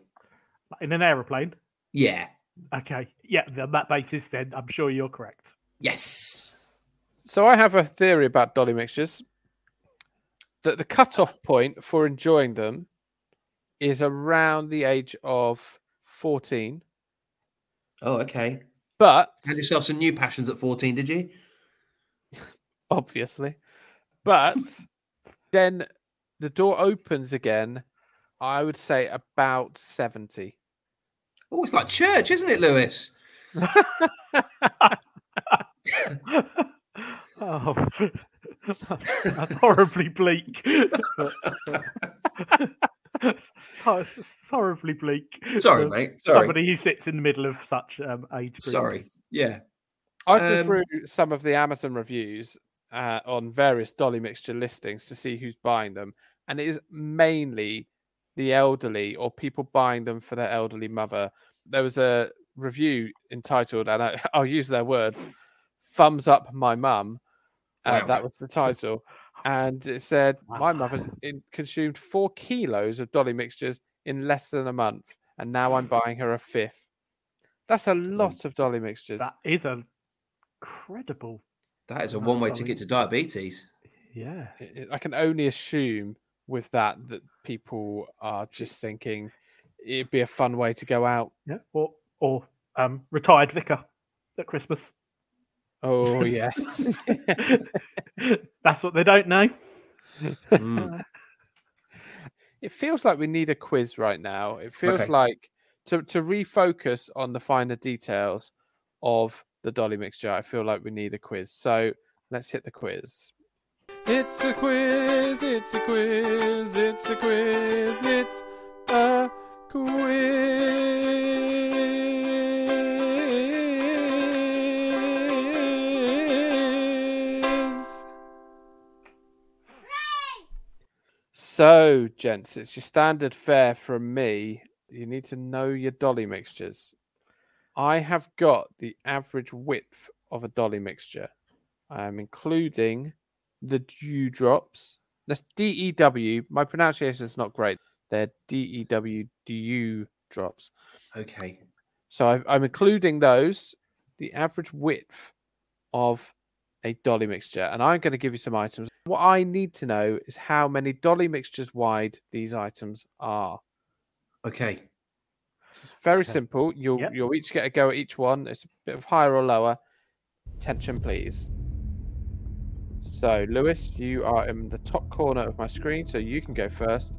B: Like, In an aeroplane?
C: Yeah.
B: Okay, yeah. On that basis, then I'm sure you're correct. <laughs>
C: Yes.
A: so i have a theory about dolly mixtures that the cutoff point for enjoying them is around the age of 14
C: Oh, okay.
A: but
C: Had yourself some new passions at 14, did you?
A: obviously. But then the door opens again, I would say about 70.
C: Oh, it's like church, isn't it, Lewis?
B: oh, <laughs> that's horribly
C: <laughs>
B: bleak. <laughs> oh, it's just horribly bleak.
C: Sorry,
B: Um,
C: mate. Sorry.
B: Somebody who sits in the middle of such um, age. Groups.
C: Sorry. Yeah.
A: I go
C: Um,
A: through some of the Amazon reviews uh, on various dolly mixture listings to see who's buying them, and it is mainly the elderly or people buying them for their elderly mother. There was a review entitled, and I, <laughs> I'll use their words, "Thumbs Up My Mum." Uh,
C: Wow.
A: That was the title, and it said, "My mother's in, consumed four kilos of dolly mixtures in less than a month, and now I'm buying her a fifth. That's a lot of dolly mixtures.
B: That is a credible.
C: That is a
B: Wow,
C: one way
B: Dolly.
C: ticket to diabetes.
B: Yeah.
A: it- it- I can only assume with that that people are just thinking it'd be a fun way to go out.
B: Yeah. Or or um, retired vicar at
C: <laughs>
B: Christmas.
A: Oh yes,
B: That's what they don't know. Hmm.
C: Mm.
A: it feels like we need a quiz right now. It feels
C: Okay.
A: like to to refocus on the finer details of the dolly mixture. I feel like we need a quiz. So let's hit the quiz. It's a quiz. It's a quiz. It's a quiz. It's a quiz. So, gents, it's your standard fare from me. You need to know your dolly mixtures. I have got the average width of a dolly mixture. I'm including the dewdrops. That's D E W. My pronunciation is not great. They're D E W dew drops.
C: <laughs> Okay.
A: So i I'm including those, the average width of a dolly mixture. And I'm going to give you some items. What I need to know is how many dolly mixtures wide these items are.
C: Okay.
A: It's very
B: Okay.
A: simple. You'll
B: Yep.
A: you'll each get a go at each one. It's a bit of higher or lower. Tension, please. So, Lewis, you are in the top corner of my screen, so you can go first.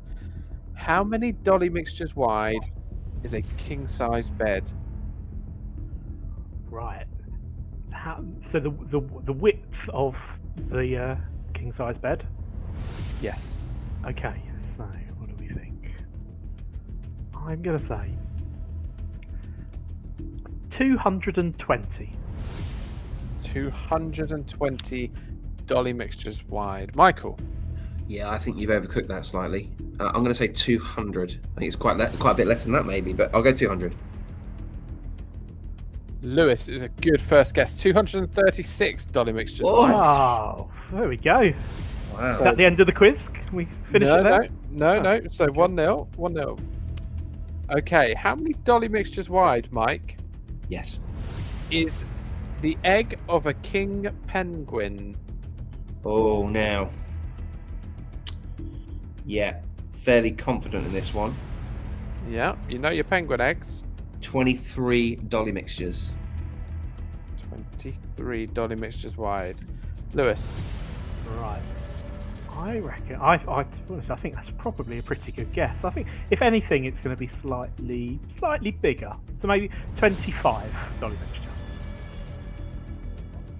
A: How many dolly mixtures wide is a king size bed?
B: Right. How, so the, the the width of the uh, king size bed.
A: Yes.
B: Okay. So what do we think? I'm going to say 220.
A: 220 dolly mixtures wide. Michael,
C: Yeah, I think you've overcooked that slightly. Uh, I'm going to say 200. I think it's quite le- quite a bit less than that, maybe, but I'll go 200.
A: Lewis is a good first guess. 236 dolly mixtures
C: Oh,
A: wide.
B: Oh, there we go. Is
C: Wow.
B: that the end of the quiz? Can we finish
A: no,
B: it there?
A: No, no,
B: Oh,
A: no. So one nil, one nil. Okay, how many dolly mixtures wide, Mike,
C: yes.
A: is the egg of a king penguin?
C: Oh, now. Yeah, fairly confident in this one.
A: Yeah, you know your penguin eggs.
C: 23 dolly mixtures.
A: 23 dolly mixtures wide. Lewis,
B: Right. I reckon. I, I, to be honest, I think that's probably a pretty good guess. I think, if anything, it's going to be slightly, slightly bigger. So maybe twenty-five dollar mixture.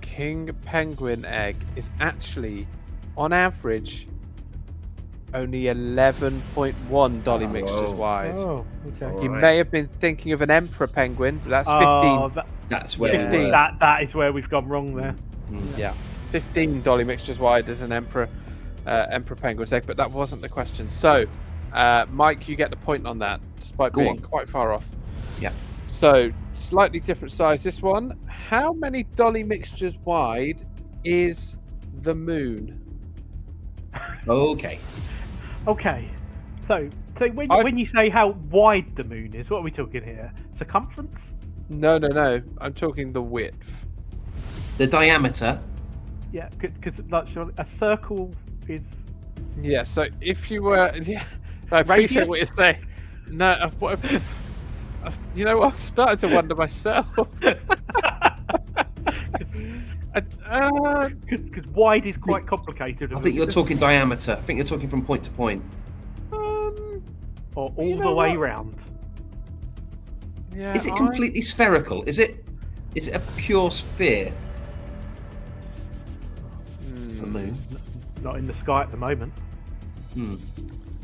A: king penguin egg is actually, on average, only 11.1 dolly
C: Oh,
A: mixtures
C: whoa.
A: wide.
B: Oh, okay.
C: Oh,
A: You
C: Right.
A: may have been thinking of an emperor penguin, but that's 15
B: Oh, that,
C: That's where we
A: 15.
C: were.
B: that that is where we've gone wrong there.
C: Mm.
A: Yeah, 15 dolly mixtures wide as an emperor uh, emperor penguin's egg, but that wasn't the question. So, uh, Mike, you get the point on that, despite
C: Go
A: being
C: on.
A: quite far off.
C: Yeah.
A: So, slightly different size this one. How many dolly mixtures wide is the moon?
C: Okay.
B: Okay. So, so when
A: I've-
B: when you say how wide the moon is, what are we talking here? Circumference?
A: No, no, no. I'm talking the width.
C: The diameter.
B: Yeah, because like surely a circle
A: <laughs>
B: is <laughs>
A: Yeah. So, if you were, <laughs> yeah, I appreciate what you're
B: Radius?
A: saying. No, I, what, I, you know, what? I'm starting to wonder myself. <laughs> I, uh,
B: because wide is quite complicated.
C: I think you're talking diameter. I think you're talking from point to point.
A: Um,
B: or all
A: you
B: the
A: know
B: way
A: what?
B: round.
A: yeah,
C: Is it
A: I-
C: completely spherical? Is it is it a pure sphere?
A: Hmm.
C: The moon.
B: Not in the sky at the moment.
C: Hmm.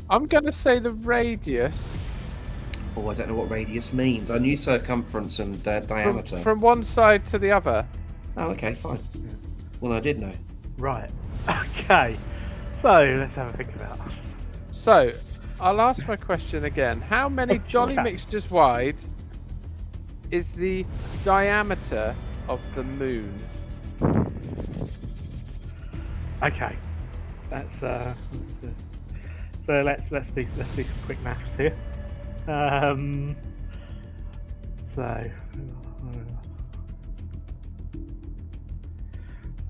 A: I'm going to say the radius
C: Oh, I don't know what radius means. I knew circumference and uh,
A: from,
C: diameter.
A: from one side to the other.
C: Oh, okay, fine. Well, I did know.
B: Right. <laughs> Okay. So let's have a think about.
A: So, I'll ask my question again. How many jolly
B: crap.
A: mixtures wide is the diameter of the moon?
B: Okay. That's uh. That's, uh so let's let's do let's do some quick maths here. Um. So.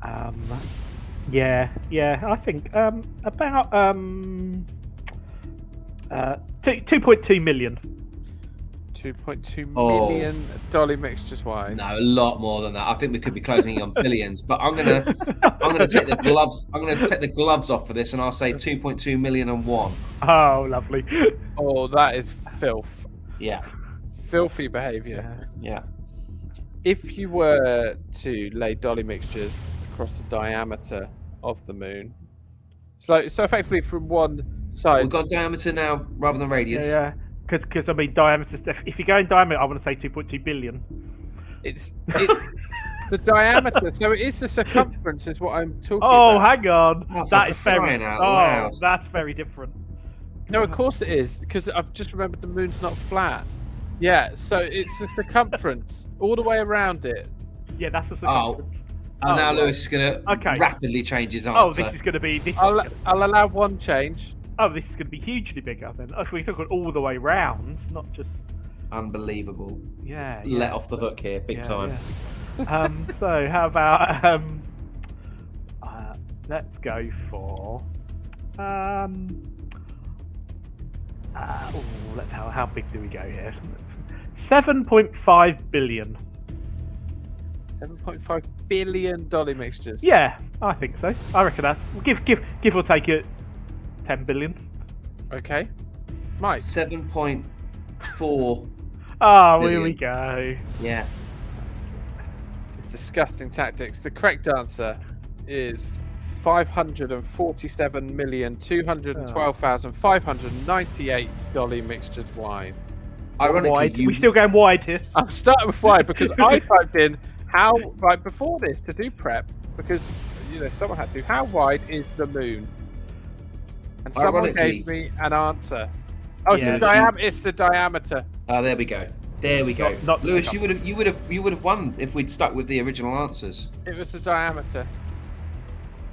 B: Um. Yeah. Yeah. I think um about um. Uh, two two point two million.
A: 2.2
C: Oh.
A: million dolly mixtures wide.
C: No, a lot more than that. I think we could be closing in on billions, but I'm gonna I'm gonna take the gloves I'm gonna take the gloves off for this, and I'll say 2.2 million and one.
B: Oh, lovely.
A: Oh, that is filth.
C: Yeah,
A: Filthy behavior.
C: yeah.
A: If you were to lay dolly mixtures across the diameter of the moon, so so effectively from one
C: We've
A: side,
C: got diameter now rather than radius.
B: Yeah, because I mean diameter stuff. If you go in diameter, I want to say two point two billion.
C: <laughs>
A: it's it's the diameter. So it is the circumference, is what I'm talking
B: Oh,
A: about.
B: hang on,
C: Oh, for
B: that is
C: crying
B: very.
C: out
B: Oh,
C: loud.
B: that's very different.
A: No, of course it is because I've just remembered the moon's not flat. Yeah, so it's the circumference all the way around it.
B: Yeah, that's the
C: Oh.
B: circumference.
C: And now
B: Oh,
C: Lewis is gonna
B: Okay.
C: rapidly change his answer.
B: Oh, this is going to be this. Is
A: I'll
B: gonna,
A: I'll allow one change.
B: oh, this is going to be hugely bigger. Then if we took it all the way round, not just
C: Unbelievable.
B: yeah. yeah,
C: Let off the hook here, big
B: yeah,
C: time.
B: yeah.
C: <laughs>
B: um, so how about um, uh, let's go for um. Uh, ooh, let's how how big do we go here? Seven point five billion.
A: Seven point five billion dolly mixtures.
B: Yeah, I think so. I reckon that's give give give or take it ten billion.
A: Okay. Mike.
C: Seven point four.
B: Oh, here we
C: Billion.
B: go.
C: Yeah.
A: It's disgusting tactics. The correct answer is 547,212,598 dolly mixtures wide.
C: Ironically,
B: wide.
C: you-
B: We're still going wide here.
A: I'm starting with why because I typed in how right before this to do prep because you know someone had to. How wide is the moon? And someone gave me an answer. Oh,
B: Yeah.
A: it's, the diam- it's the diameter.
C: Ah, there we go. There we go.
B: Not- not-
C: Lewis, you would have, you would have, you would have won if we'd stuck with the original answers.
A: It was the diameter.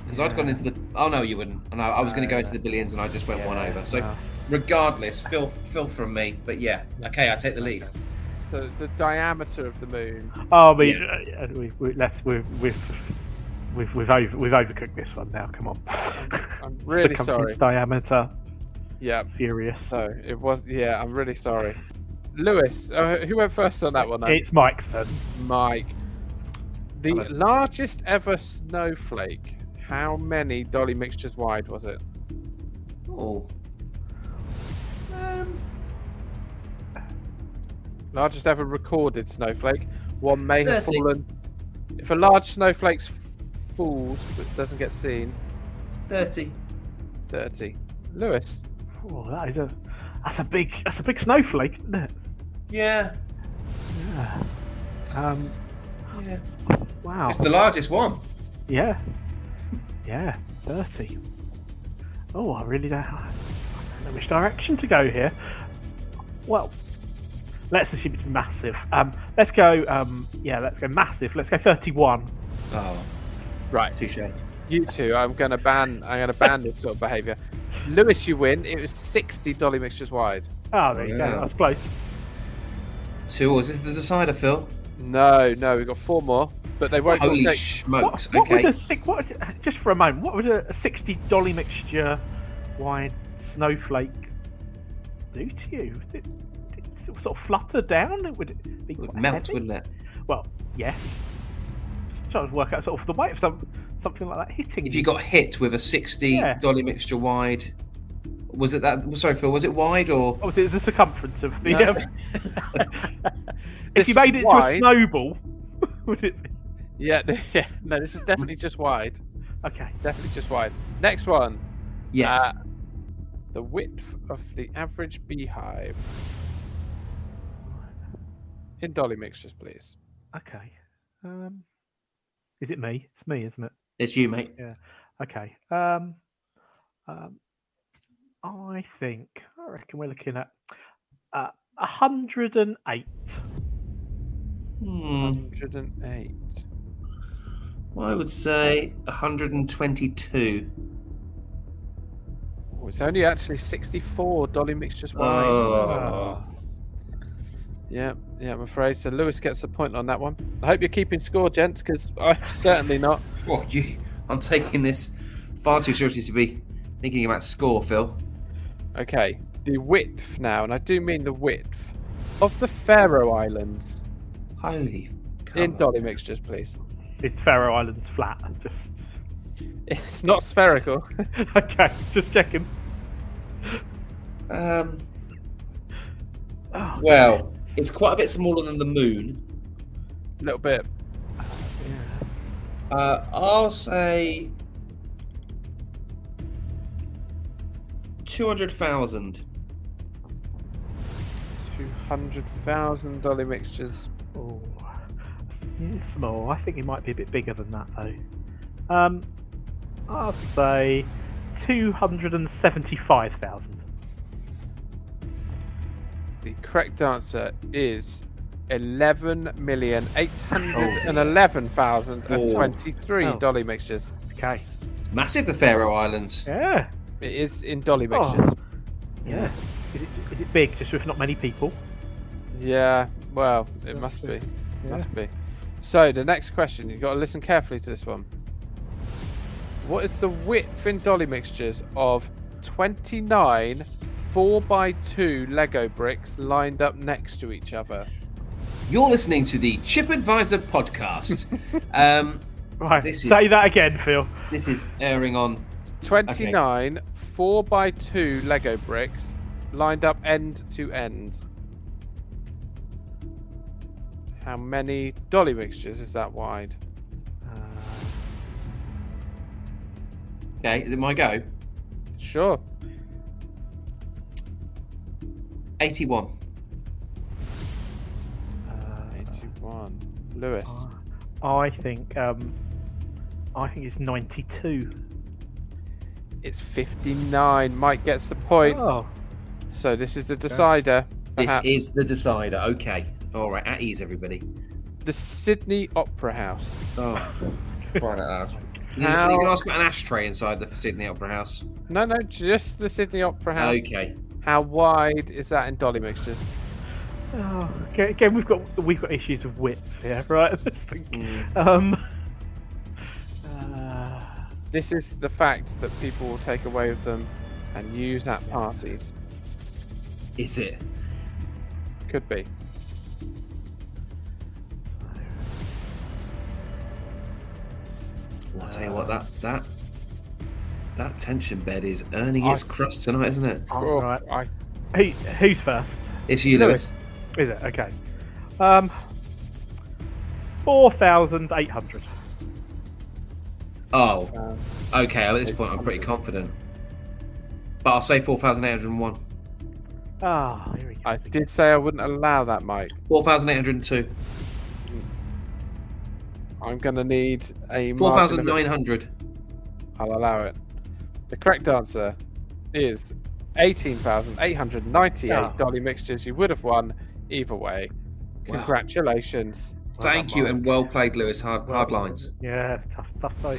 C: Because I'd gone into the. Oh no, you wouldn't. And I, I was going to go
B: Uh,
C: into the billions, and I just went one over. So, regardless, Phil, Phil from me. But yeah, okay, I take the lead.
A: So the diameter of the moon.
B: Oh, we, uh, we, we let's we, we've we've we've over we've overcooked this one now. Come on. <laughs>
A: I'm really sorry.
B: Circumference diameter.
A: Yeah.
B: Furious.
A: So it was. Yeah, I'm really sorry. Lewis, uh, who went first on that one? Then?
B: It's Mike's turn.
A: Mike. The
C: Hello.
A: largest ever snowflake. How many dolly mixtures wide was it?
C: Oh. Um,
A: Largest ever recorded snowflake. One may have
C: 30.
A: fallen. If a large snowflake f- falls but doesn't get seen,
C: thirty.
A: 30. Lewis,
B: Oh, that is a that's a big that's a big snowflake, isn't it?
C: Yeah.
B: Yeah. Um.
C: Yeah.
B: Wow.
C: It's the largest one.
B: Yeah. Yeah. Thirty. Oh, I really don't, I don't know which direction to go here. Well, let's assume it's massive. Um, let's go. Um, yeah, let's go massive. Let's go thirty-one.
C: Oh,
A: right.
C: touche.
A: You two, I'm gonna ban. I'm gonna ban this sort of behaviour. Lewis, you win. It was 60 dolly mixtures wide.
B: Oh, there you
C: Yeah.
B: go. That's close.
C: Two. Or is this the decider, Phil?
A: No, no, we got four more, but they won't. all
C: Holy
A: take-
B: What,
C: smokes!
B: what
C: okay.
B: would a six? What just for a moment? What would a, a sixty dolly mixture wide snowflake do to you? Would it, would it still sort of flutter down? It Would it be
C: It would
B: quite
C: melt,
B: heavy?
C: wouldn't it?
B: Well, yes. Just trying to work out sort of the weight of some something like that hitting.
C: If you got hit with a sixty
B: Yeah.
C: dolly mixture wide, was it that? Sorry, Phil. Was it wide or?
B: oh, the, the circumference of
A: <laughs>
B: the.
C: No.
B: um,
A: This
B: <laughs> if you made it to a
A: wide-
B: snowball, <laughs> would it? Be...
A: Yeah, <laughs> yeah. No, this was definitely just wide.
B: Okay.
A: Definitely just wide. Next one.
C: Yes.
A: Uh, the width of the average beehive. In dolly mixtures, please.
B: Okay. Um, is it me? It's me, isn't it?
C: it's you, mate.
B: Okay. Um, um, I think I reckon we're looking at uh, hundred and eight.
C: Hmm.
A: 108.
C: I would say 122.
A: Oh, it's only actually 64 dolly mixtures wide.
C: Oh.
A: Yeah, yeah, I'm afraid. So Lewis gets the point on that one. I hope you're keeping score, gents, because I'm <laughs> certainly not.
C: Well, you, I'm taking this far too seriously to be thinking about score, Phil.
A: Okay, the width now, and I do mean the width of the Faroe Islands.
C: Holy.
A: In
C: cover.
A: dolly mixtures, please. <laughs>
B: Is Faroe Islands flat? Just <laughs>
A: It's not spherical.
B: okay. Just checking.
C: Um,
B: Oh,
C: well, it's quite a bit smaller than the moon.
A: A little bit.
B: yeah.
C: Uh, I'll say 200,000.
A: Two hundred thousand dolly mixtures.
B: Oh, it's small. I think it might be a bit bigger than that, though. Um, I'll say two hundred and seventy-five thousand.
A: The correct answer is eleven million eight hundred and eleven thousand and twenty-three
B: Oh.
A: dolly mixtures.
B: Okay.
C: It's massive, the Faroe Islands.
B: Yeah.
A: It is in dolly
B: Oh.
A: mixtures.
B: Yeah. Is it, is it big? Just with not many people.
A: Yeah. Well, it must be. Must be. So the next question, you've got to listen carefully to this one. What is the width in dolly mixtures of twenty-nine four by two Lego bricks lined up next to each other?
C: You're listening to the Chip
A: <laughs>
C: Advisor podcast. um,
B: Right.
C: This
B: Say
C: is-
B: that again, Phil.
C: this is airing on
A: 29 4 by 2 Lego bricks lined up end to end. How many dolly mixtures is that wide?
B: Uh,
C: Okay, is it my go?
A: Sure.
C: 81.
A: one. Lewis.
C: uh,
B: I think um, I think it's ninety-two.
A: It's 59. Mike gets the point.
B: Oh,
A: So this is the decider.
C: This
A: Perhaps.
C: is the decider. Okay. All right. At ease, everybody.
A: The Sydney Opera House.
C: Oh,
A: <laughs>
C: right out. You,
A: How-
C: you can ask about an ashtray inside the Sydney Opera House.
A: No, no, just the Sydney Opera House.
C: Okay.
A: How wide is that in dolly mixtures?
B: oh, okay, again, we've got we've got issues of width here, right? <laughs> Let's think.
C: Mm.
B: Um,
C: <laughs>
B: uh,
A: This is the fact that people will take away with them and use at parties.
C: Is it?
A: Could be.
C: Well, I tell you what, that that that tension bed is earning its
A: I-
C: crust tonight, isn't it?
A: Oh,
B: right.
A: I,
B: who, who's first?
C: It's you,
A: Lewis.
C: Lewis.
B: Is it okay? Um, four thousand eight hundred.
C: Oh,
A: um,
C: okay. At this point, I'm pretty confident, but I'll say four thousand eight hundred one.
B: Ah, here we go.
A: I did say I wouldn't allow that, Mike.
C: Four thousand eight hundred two.
A: I'm going to need a
C: Four
A: margin
C: thousand
A: of-
C: nine hundred.
A: I'll allow it. The correct answer is 18,898
B: Oh.
A: dolly mixtures. You would have won either way.
C: Wow.
A: Congratulations.
B: Well
C: Thank
B: done,
C: you,
B: Mark.
C: and well played, Lewis. Hard
B: Well
C: hard
B: done.
C: lines.
B: Yeah, tough, tough day.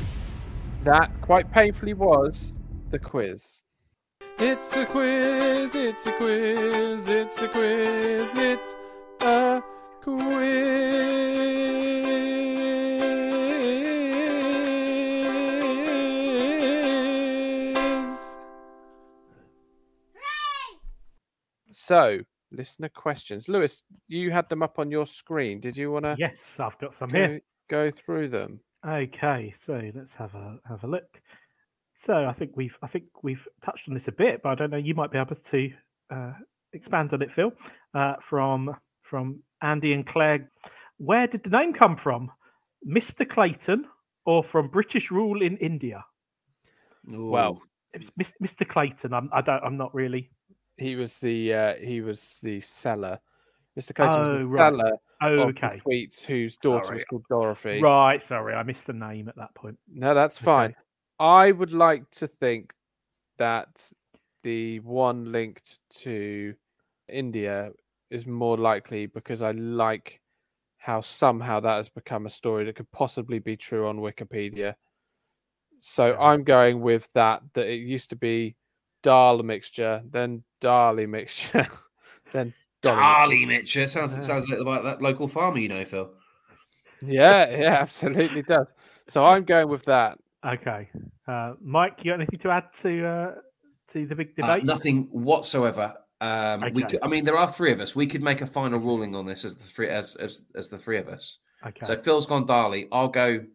A: That quite painfully was the quiz. It's a quiz, it's a quiz, it's a quiz, it's a quiz. So, listener questions. Lewis, you had them up on your screen. Did you
C: Uh,
A: want to
B: Yes, I've got some here.
A: go, go through them?
B: Okay, so let's have a have a look. So I think we've I think we've touched on this a bit, but I don't know. You might be able to uh, expand on it, Phil. Uh, from from Andy and Claire, where did the name come from? Mister Clayton, or from British rule in India?
A: Well,
B: It was Mis- Mr. Clayton. I'm I don't I'm not really.
A: he was the uh, he was the seller. Mr. Clayton was
B: Oh,
A: the
B: right.
A: seller of the
B: Okay,
A: sweets whose daughter was
B: Sorry.
A: called Dorothy.
B: right. Sorry, I missed the name at that point.
A: No, that's
B: Okay.
A: fine. I would like to think that the one linked to India is more likely because I like how somehow that has become a story that could possibly be true on Wikipedia. So
B: Yeah.
A: I'm going with that that it used to be Dal mixture, then Dali mixture, <laughs> then Dolly.
C: Darley Mitchell. Sounds
A: Yeah.
C: sounds a little like that local farmer you know, Phil.
A: Yeah, yeah, absolutely does. So I'm going with that.
B: Okay, uh, Mike, you got anything to add to uh, to the big
C: Uh,
B: debate?
C: nothing whatsoever. Um, We,
B: Okay.
C: could, I mean, there are three of us. We could make a final ruling on this as the three as as, as the three of us.
B: Okay.
C: So Phil's gone Darley. I'll go.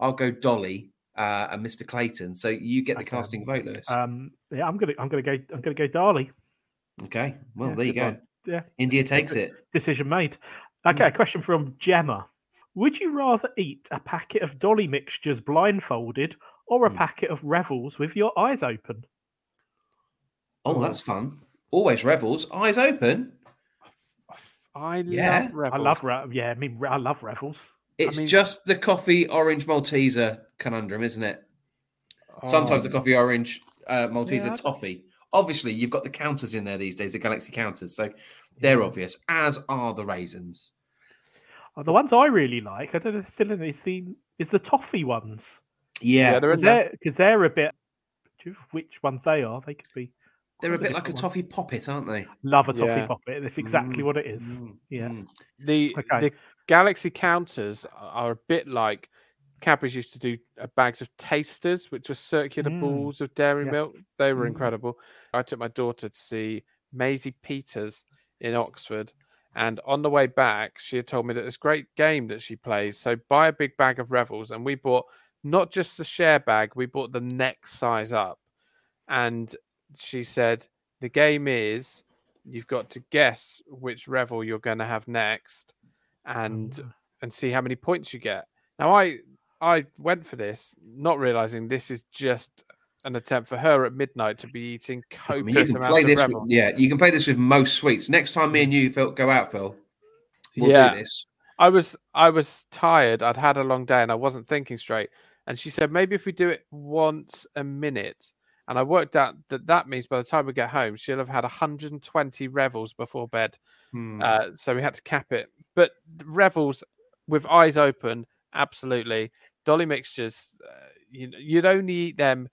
C: I'll go Dolly uh, and Mr. Clayton. So you get the
B: Okay.
C: casting vote, Lewis.
B: Um, yeah, I'm gonna, I'm gonna go, I'm gonna go, Darley.
C: okay. Well,
B: yeah,
C: there you
B: good
C: go.
B: one. Yeah.
C: India takes it.
B: Decision made. Okay, a question from Gemma. Would you rather eat a packet of Dolly mixtures blindfolded or a
C: Hmm.
B: packet of Revels with your eyes open?
C: Oh, that's fun. Always revels. Eyes open.
A: I love
C: Yeah,
A: Rebels.
B: I love Re- yeah, I mean, Re- I love Revels.
C: It's
A: mean-
C: just the coffee orange Malteser conundrum, isn't it? Sometimes the
A: Oh.
C: coffee orange uh, Malteser
B: Yeah.
C: toffee. Obviously, you've got the counters in there these days, the Galaxy counters. So they're obvious, as are the raisins.
B: Uh, The ones I really like, I don't know, if it's still in, is the is the toffee ones
C: Yeah,
A: Yeah, they're in
B: because
A: there.
B: they're, 'cause they're a bit. Which ones they are? They could be.
C: they're a bit
B: quite
C: like a
B: different one.
C: toffee poppet, aren't they?
B: Love a toffee
A: Yeah.
B: poppet. That's exactly
C: Mm,
B: what it is.
C: mm,
B: Yeah.
C: mm.
A: The,
B: Okay.
A: the galaxy counters are a bit like Cadbury's used to do uh, bags of tasters, which were circular
B: Mm.
A: balls of dairy
B: Yes.
A: milk. They were
C: Mm.
A: incredible. I took my daughter to see Maisie Peters in Oxford. And on the way back, she had told me that this great game that she plays. So buy a big bag of Revels. And we bought not just the share bag, we bought the next size up. And she said, the game is you've got to guess which Revel you're going to have next. And
C: Mm.
A: and see how many points you get. Now I I went for this, not realizing this is just an attempt for her at midnight to be eating
C: I mean,
A: copious
C: you can
A: amounts
C: play
A: of
C: this. with-
A: Rebel.
C: yeah, you can play this with most sweets. Next time me and you Phil, go out, Phil, we'll
A: yeah,
C: do this.
A: I was I was tired. I'd had a long day and I wasn't thinking straight. And she said maybe if we do it once a minute. And I worked out that that means by the time we get home, she'll have had 120 revels before bed.
C: Hmm.
A: Uh, so we had to cap it. But revels with eyes open, absolutely. Dolly mixtures, uh, you, you'd only eat them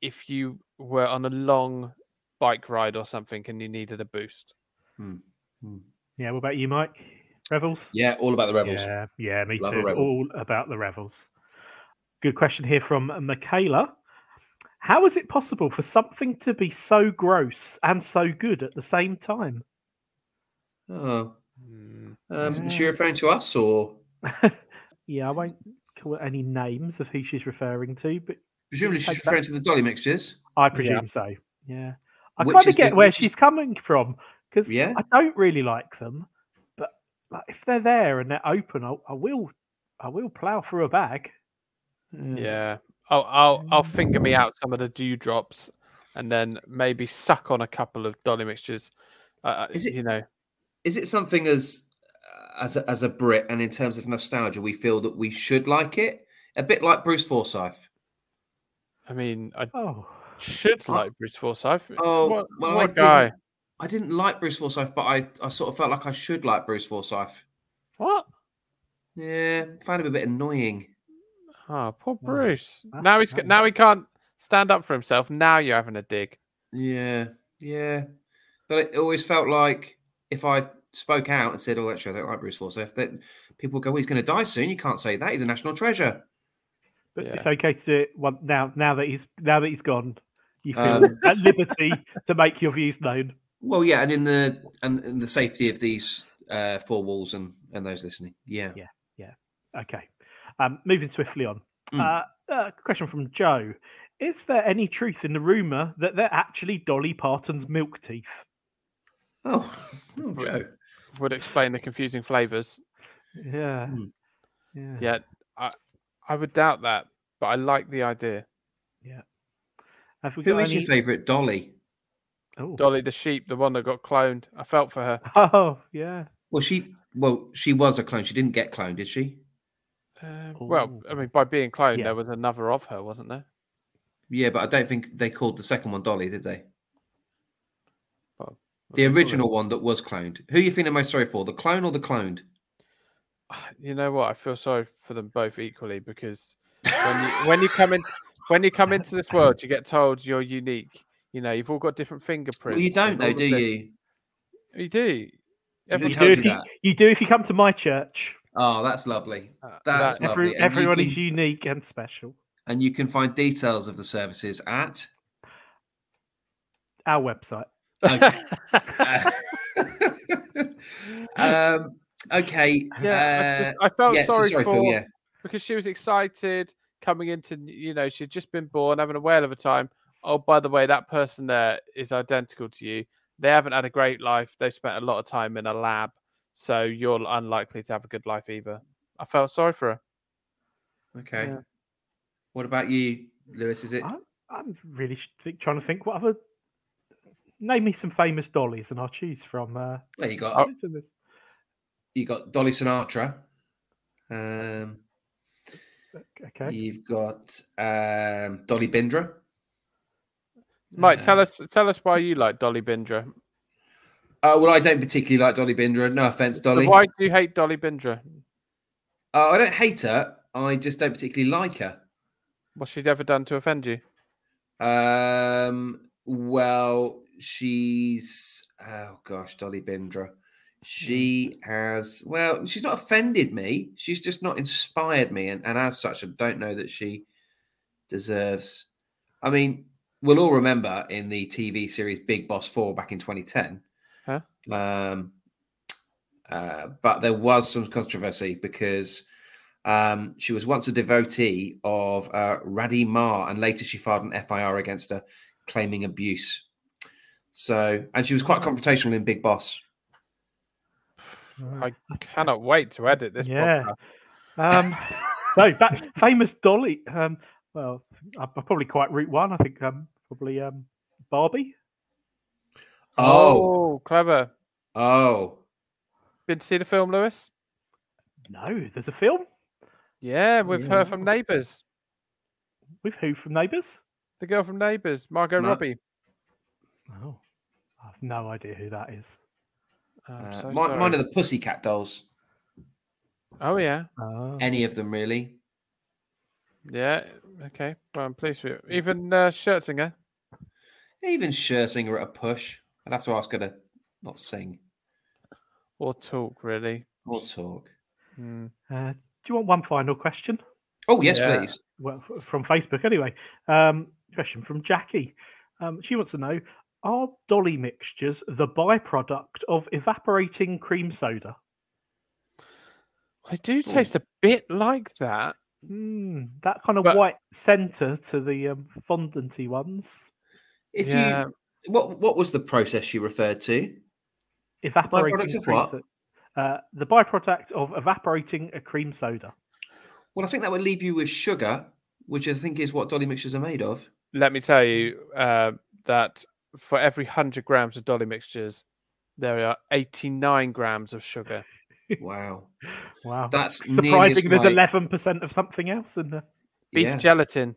A: if you were on a long bike ride or something and you needed a boost.
B: Yeah, what about you, Mike? Revels?
C: yeah, all about the Rebels.
B: Yeah, yeah, me
C: Love a
B: too.
C: revel.
B: All about the revels. Good question here from Michaela. How is it possible for something to be so gross and so good at the same time? <laughs>
C: Oh,
A: Mm.
C: um, is she
B: Yeah.
C: referring to us or
B: Yeah, I won't call any names of who she's referring to, but
C: presumably she's
B: Take that.
C: referring to the Dolly mixtures?
B: I
A: Yeah.
B: presume so. Yeah, I
C: Which
B: kind
C: is
B: of
C: the-
B: get where
C: which is-
B: she's coming from because
C: Yeah.
B: I don't really like them, but like, if they're there and they're open, I, I will, I will plow through a bag.
C: Mm.
A: Yeah. I'll, I'll, I'll finger me out some of the dewdrops and then maybe suck on a couple of Dolly mixtures. Uh,
C: Is it-
A: You know,
C: Is it something as as a, as a Brit and in terms of nostalgia, we feel that we should like it? A bit like Bruce Forsyth.
A: I mean, I
B: Oh,
A: should
C: I-
A: like Bruce Forsyth.
C: Oh,
A: what,
C: well, I
A: what
C: didn't-
A: guy?
C: I didn't like Bruce Forsyth, but I, I sort of felt like I should like Bruce Forsyth.
A: What?
C: Yeah, found him a bit annoying.
A: Oh, poor Bruce.
B: that's
A: now he's
B: right.
A: now he can't stand up for himself. Now you're having a dig.
C: Yeah, yeah. But it always felt like if I spoke out and said, "Oh, actually, I don't like Bruce Forsyth," that people would go, well, "He's going to die soon. You can't say that. He's a national treasure."
B: but
A: Yeah.
B: it's okay to do it one, now. Now that he's now that he's gone, you feel
C: Um,
B: <laughs> at liberty to make your views known.
C: Well, yeah, and in the and in the safety of these uh, four walls and and those listening. Yeah.
B: Yeah. Okay, um, moving swiftly on.
C: Mm.
B: Uh, uh, question from Joe: Is there any truth in the rumor that they're actually Dolly Parton's milk teeth?
C: Oh, oh, Joe.
A: Would explain the confusing flavors.
B: Yeah.
C: Hmm.
B: Yeah.
A: Yeah, I I would doubt that, but I like the idea.
B: Have we
C: Who
B: got
C: is your
B: any-
C: favourite Dolly?
B: Oh.
A: Dolly the sheep, the one that got cloned. I felt for her.
B: <laughs> oh, yeah.
C: Well, she well she was a clone. She didn't get cloned, did she?
A: Uh, well, I
B: Ooh.
A: mean, by being cloned,
B: Yeah.
A: there was another of her, wasn't there?
C: Yeah, but I don't think they called the second one Dolly, did they?
A: What's
C: The
A: it called?
C: original one that was cloned. Who you feeling most sorry for, the clone or the cloned?
A: You know what? I feel sorry for them both equally because when you when you come in when you come into this world, you get told you're unique. You know, you've all got different fingerprints.
C: Well, you
A: and
C: don't know,
A: all of
C: do
A: this.
C: you?
A: You do.
C: Who
A: Every-
B: You
C: tells
B: do,
C: you
B: if you,
C: that?
B: you do if you come to my church.
C: Oh, that's lovely.
A: uh,
C: That's
A: that-
B: Every,
C: lovely. And you
B: everyone
C: can-
B: is unique and special.
C: And you can find details of the services
A: <laughs>
C: at.
B: Our website.
C: Okay. <laughs> um, okay.
A: yeah, I
C: uh,
A: just- I, felt
C: yeah, so
A: Oh, sorry,
C: sorry,
A: for
C: Phil. Yeah.
A: because she was excited coming into n- you know she'd just been born, having a whale of a time. Oh, by the way, that person there is identical to you. They haven't had a great life. They've spent a lot of time in a lab, so you're unlikely to have a good life either. I felt sorry for her.
C: Okay.
A: Yeah.
C: What about you, Lewis? Is it?
B: I- I'm really sh- think, trying to think what other. Name me some famous dollies and I'll choose from. Uh,
C: Well, you got
A: Oh.
B: from this.
C: you got Dolly Sinatra. Um,
B: Okay.
C: You've got um, Dolly Bindra.
A: Mike, tell
C: Uh,
A: us tell us why you like Dolly Bindra.
C: Oh well, I don't particularly like Dolly Bindra. No offense, Dolly.
A: Why do you hate Dolly Bindra?
C: Uh, I don't hate her. I just don't particularly like her.
A: What's she ever done to offend you?
C: Um, well, she's oh gosh, Dolly Bindra. She has well, she's not offended me. She's just not inspired me, and, and as such, I don't know that she deserves. I mean, we'll all remember in the TV series Big Boss Four back in 2010.
A: Huh?
C: Um, uh, but there was some controversy because um, she was once a devotee of uh, Radhi Mar, and later she filed an FIR against her, claiming abuse. So, and she was quite confrontational in Big Boss.
A: I cannot wait to edit this
B: Yeah.
A: podcast. <laughs>
B: Um, so, back, famous dolly. Um, well, I, I probably quite route one. I think um, probably um, Barbie.
C: Oh,
A: clever.
C: oh,
A: Been to see the film, Lewis?
B: No, there's a film
A: Yeah, with
C: Yeah.
A: her from Neighbours,
B: with who from Neighbours?
A: the girl from Neighbours, Margot
C: No.
A: Robbie.
B: Oh, I've no idea who that is.
A: I'm
C: Uh,
A: so
C: mi- mine,
A: sorry.
C: are the Pussycat Dolls.
A: Oh yeah,
B: Oh.
C: Any of them really?
A: yeah. Okay, well I'm pleased
C: Mm.
A: with it. Even uh, Schertzinger.
C: Even Scherzinger at a push. I'd have to ask her to not sing
A: or talk really.
C: or talk.
A: Mm.
B: Uh, do you want one final question?
C: Oh yes,
A: Yeah.
C: please.
B: Well, f- from Facebook anyway. Um, question from Jackie. Um, she wants to know: Are dolly mixtures the byproduct of evaporating cream soda?
A: They do
C: Hmm.
A: taste a bit like that.
B: Mm, that kind of
A: But-
B: white centre to the um, fondanty ones.
C: If
A: Yeah.
C: you what what was the process you referred to?
B: Evaporating
C: byproduct of
B: cream
C: what?
B: so- Uh, the byproduct of evaporating a cream soda.
C: Well, I think that would leave you with sugar, which I think is what dolly mixtures are made of.
A: Let me tell you uh, that for every hundred grams of dolly mixtures, there are eighty-nine grams of sugar. <laughs>
C: Wow,
B: Wow,
C: that's nearly as
B: surprising. There's
C: like-
B: eleven percent of something else in there.
A: Beef
C: Yeah.
A: gelatin.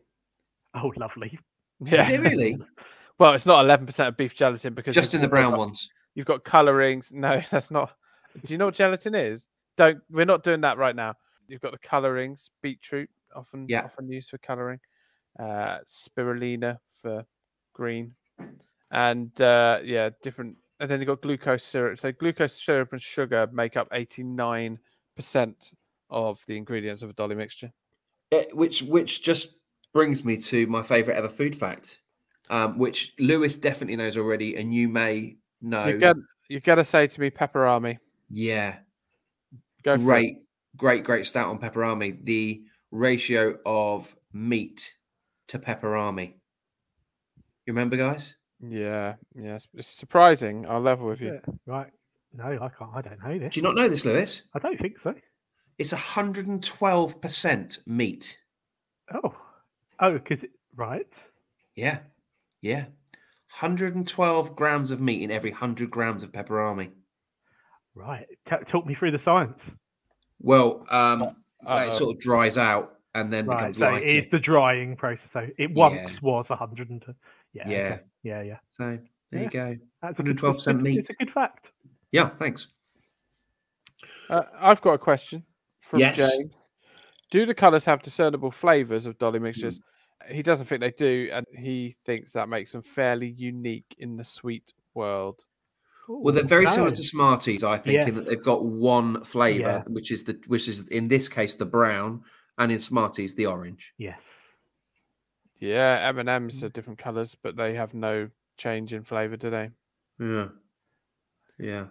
B: Oh, lovely.
C: Is it
A: Yeah.
C: really?
A: <laughs> well, it's not eleven percent of beef gelatin because
C: Just in
A: you've
C: the
A: also
C: brown
A: got-
C: ones.
A: You've got colorings. <laughs> No, that's not. Do you know what gelatin is? Don't. We're not doing that right now. You've got the colorings. Beetroot often
C: Yeah.
A: often used for coloring. Uh, spirulina for green, and uh, yeah, different. And then you've got glucose syrup. So glucose syrup and sugar make up eighty nine percent of the ingredients of a dolly mixture.
C: Eh, which which just brings me to my favorite ever food fact, um, which Lewis definitely knows already, and you may know.
A: You got you got to say to me, pepperami.
C: yeah,
A: Go for it.
C: great, great, great stat on pepperami. The ratio of meat to pepperami. You remember, guys?
A: Yeah, yeah. it's- It's surprising. I'll level with you.
B: Yeah, Right? No, I can't. I don't know this.
C: Do you not know this, Lewis?
B: I don't think so.
C: It's 112% meat.
B: Oh, oh, because right.
C: Yeah, yeah. 112 grams of meat in every 100 grams of pepperami.
B: Right. T- talk me through the science.
C: Well, um, uh,
A: Uh-oh.
C: it sort of dries out and then
B: Right.
C: becomes
B: So
C: lighter.
B: it is the drying process. So it
C: Yeah.
B: once was 100. And, yeah. okay.
C: Yeah.
B: Yeah. Yeah.
C: So
B: Yeah.
C: there you go.
B: That's a good,
C: 112%
B: it's- It's a
C: meat.
B: good fact.
C: Yeah, thanks.
A: Uh, I've got a question from
C: Yes.
A: James. Do the colours have discernible flavours of
C: Hmm.
A: dolly mixtures? He doesn't think they do, and he thinks that makes them fairly unique in the sweet world.
C: Well, they're very
B: Ooh,
C: similar
B: no.
C: to Smarties, I think, in
B: Yes.
C: that they've got one flavour,
B: Yeah.
C: which is the which is in this case the brown, and in Smarties the orange.
B: Yes.
A: Yeah, M and
C: Hmm.
A: M's are different colours, but they have no change in flavour, do they?
C: Yeah, yeah.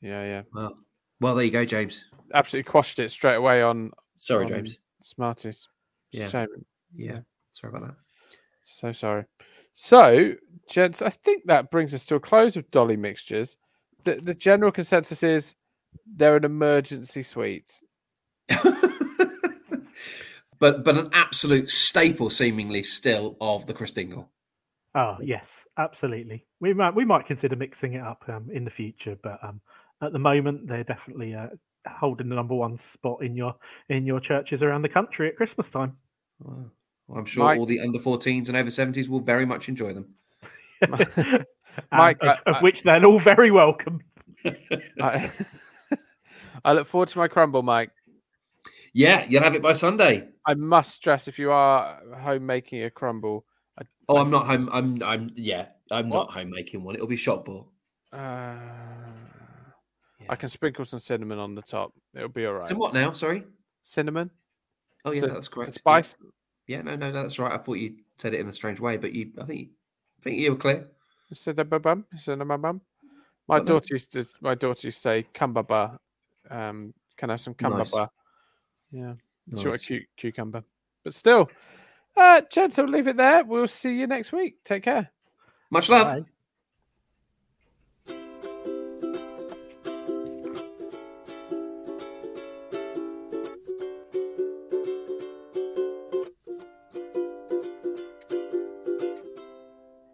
A: Yeah, yeah.
C: Well, well, there you go, James.
A: Absolutely quashed it straight away on
C: Sorry,
A: Um,
C: James.
A: Smarties. It's a
C: Yeah.
A: Shame.
C: Yeah, sorry about that. <laughs>
A: So sorry. So, gents, I think that brings us to a close of Dolly mixtures. The, the general consensus is they're an emergency sweet.
C: but but an absolute staple, seemingly still of the Christingle.
B: Oh, yes. Absolutely. We might we might consider mixing it up um, in the future, but um, at the moment they're definitely uh, holding the number one spot in your in your churches around the country at
A: <laughs>
B: Christmas time. <laughs>
C: Wow. Well, I'm sure
A: Mike-
C: all the under 14s and over 70s will very much enjoy them.
B: And
A: Mike,
B: of,
A: I-
B: of
A: I-
B: which they're all very welcome.
A: I, <laughs> I look forward to my crumble, Mike.
C: Yeah, you'll have it by Sunday.
A: I must stress if you are home making a crumble,
C: Oh, I'm not home. I'm I'm yeah, I'm
A: What?
C: not home making one. It'll be shop bought.
A: uh,
C: Yeah.
A: I can sprinkle some cinnamon on the top. It'll be all right.
C: So what now? Sorry.
A: Cinnamon?
C: Oh yeah,
A: So-
C: that's
A: so
C: correct. Yeah.
A: Spice?
C: Yeah, no, no, no, that's right. I thought you said it in a strange way, but you, I think, I think you were clear.
A: Cinnamon? Cinnamon? bum? My
C: Don't know.
A: daughter used to. My daughter used to say cumbaba. Um, can I have some
C: Nice.
A: cumbaba? Yeah, she wanted
C: Nice.
A: a cute cucumber, but still, uh, gents, we'll leave it there. We'll see you next week. Take care.
C: Much love.
B: Bye.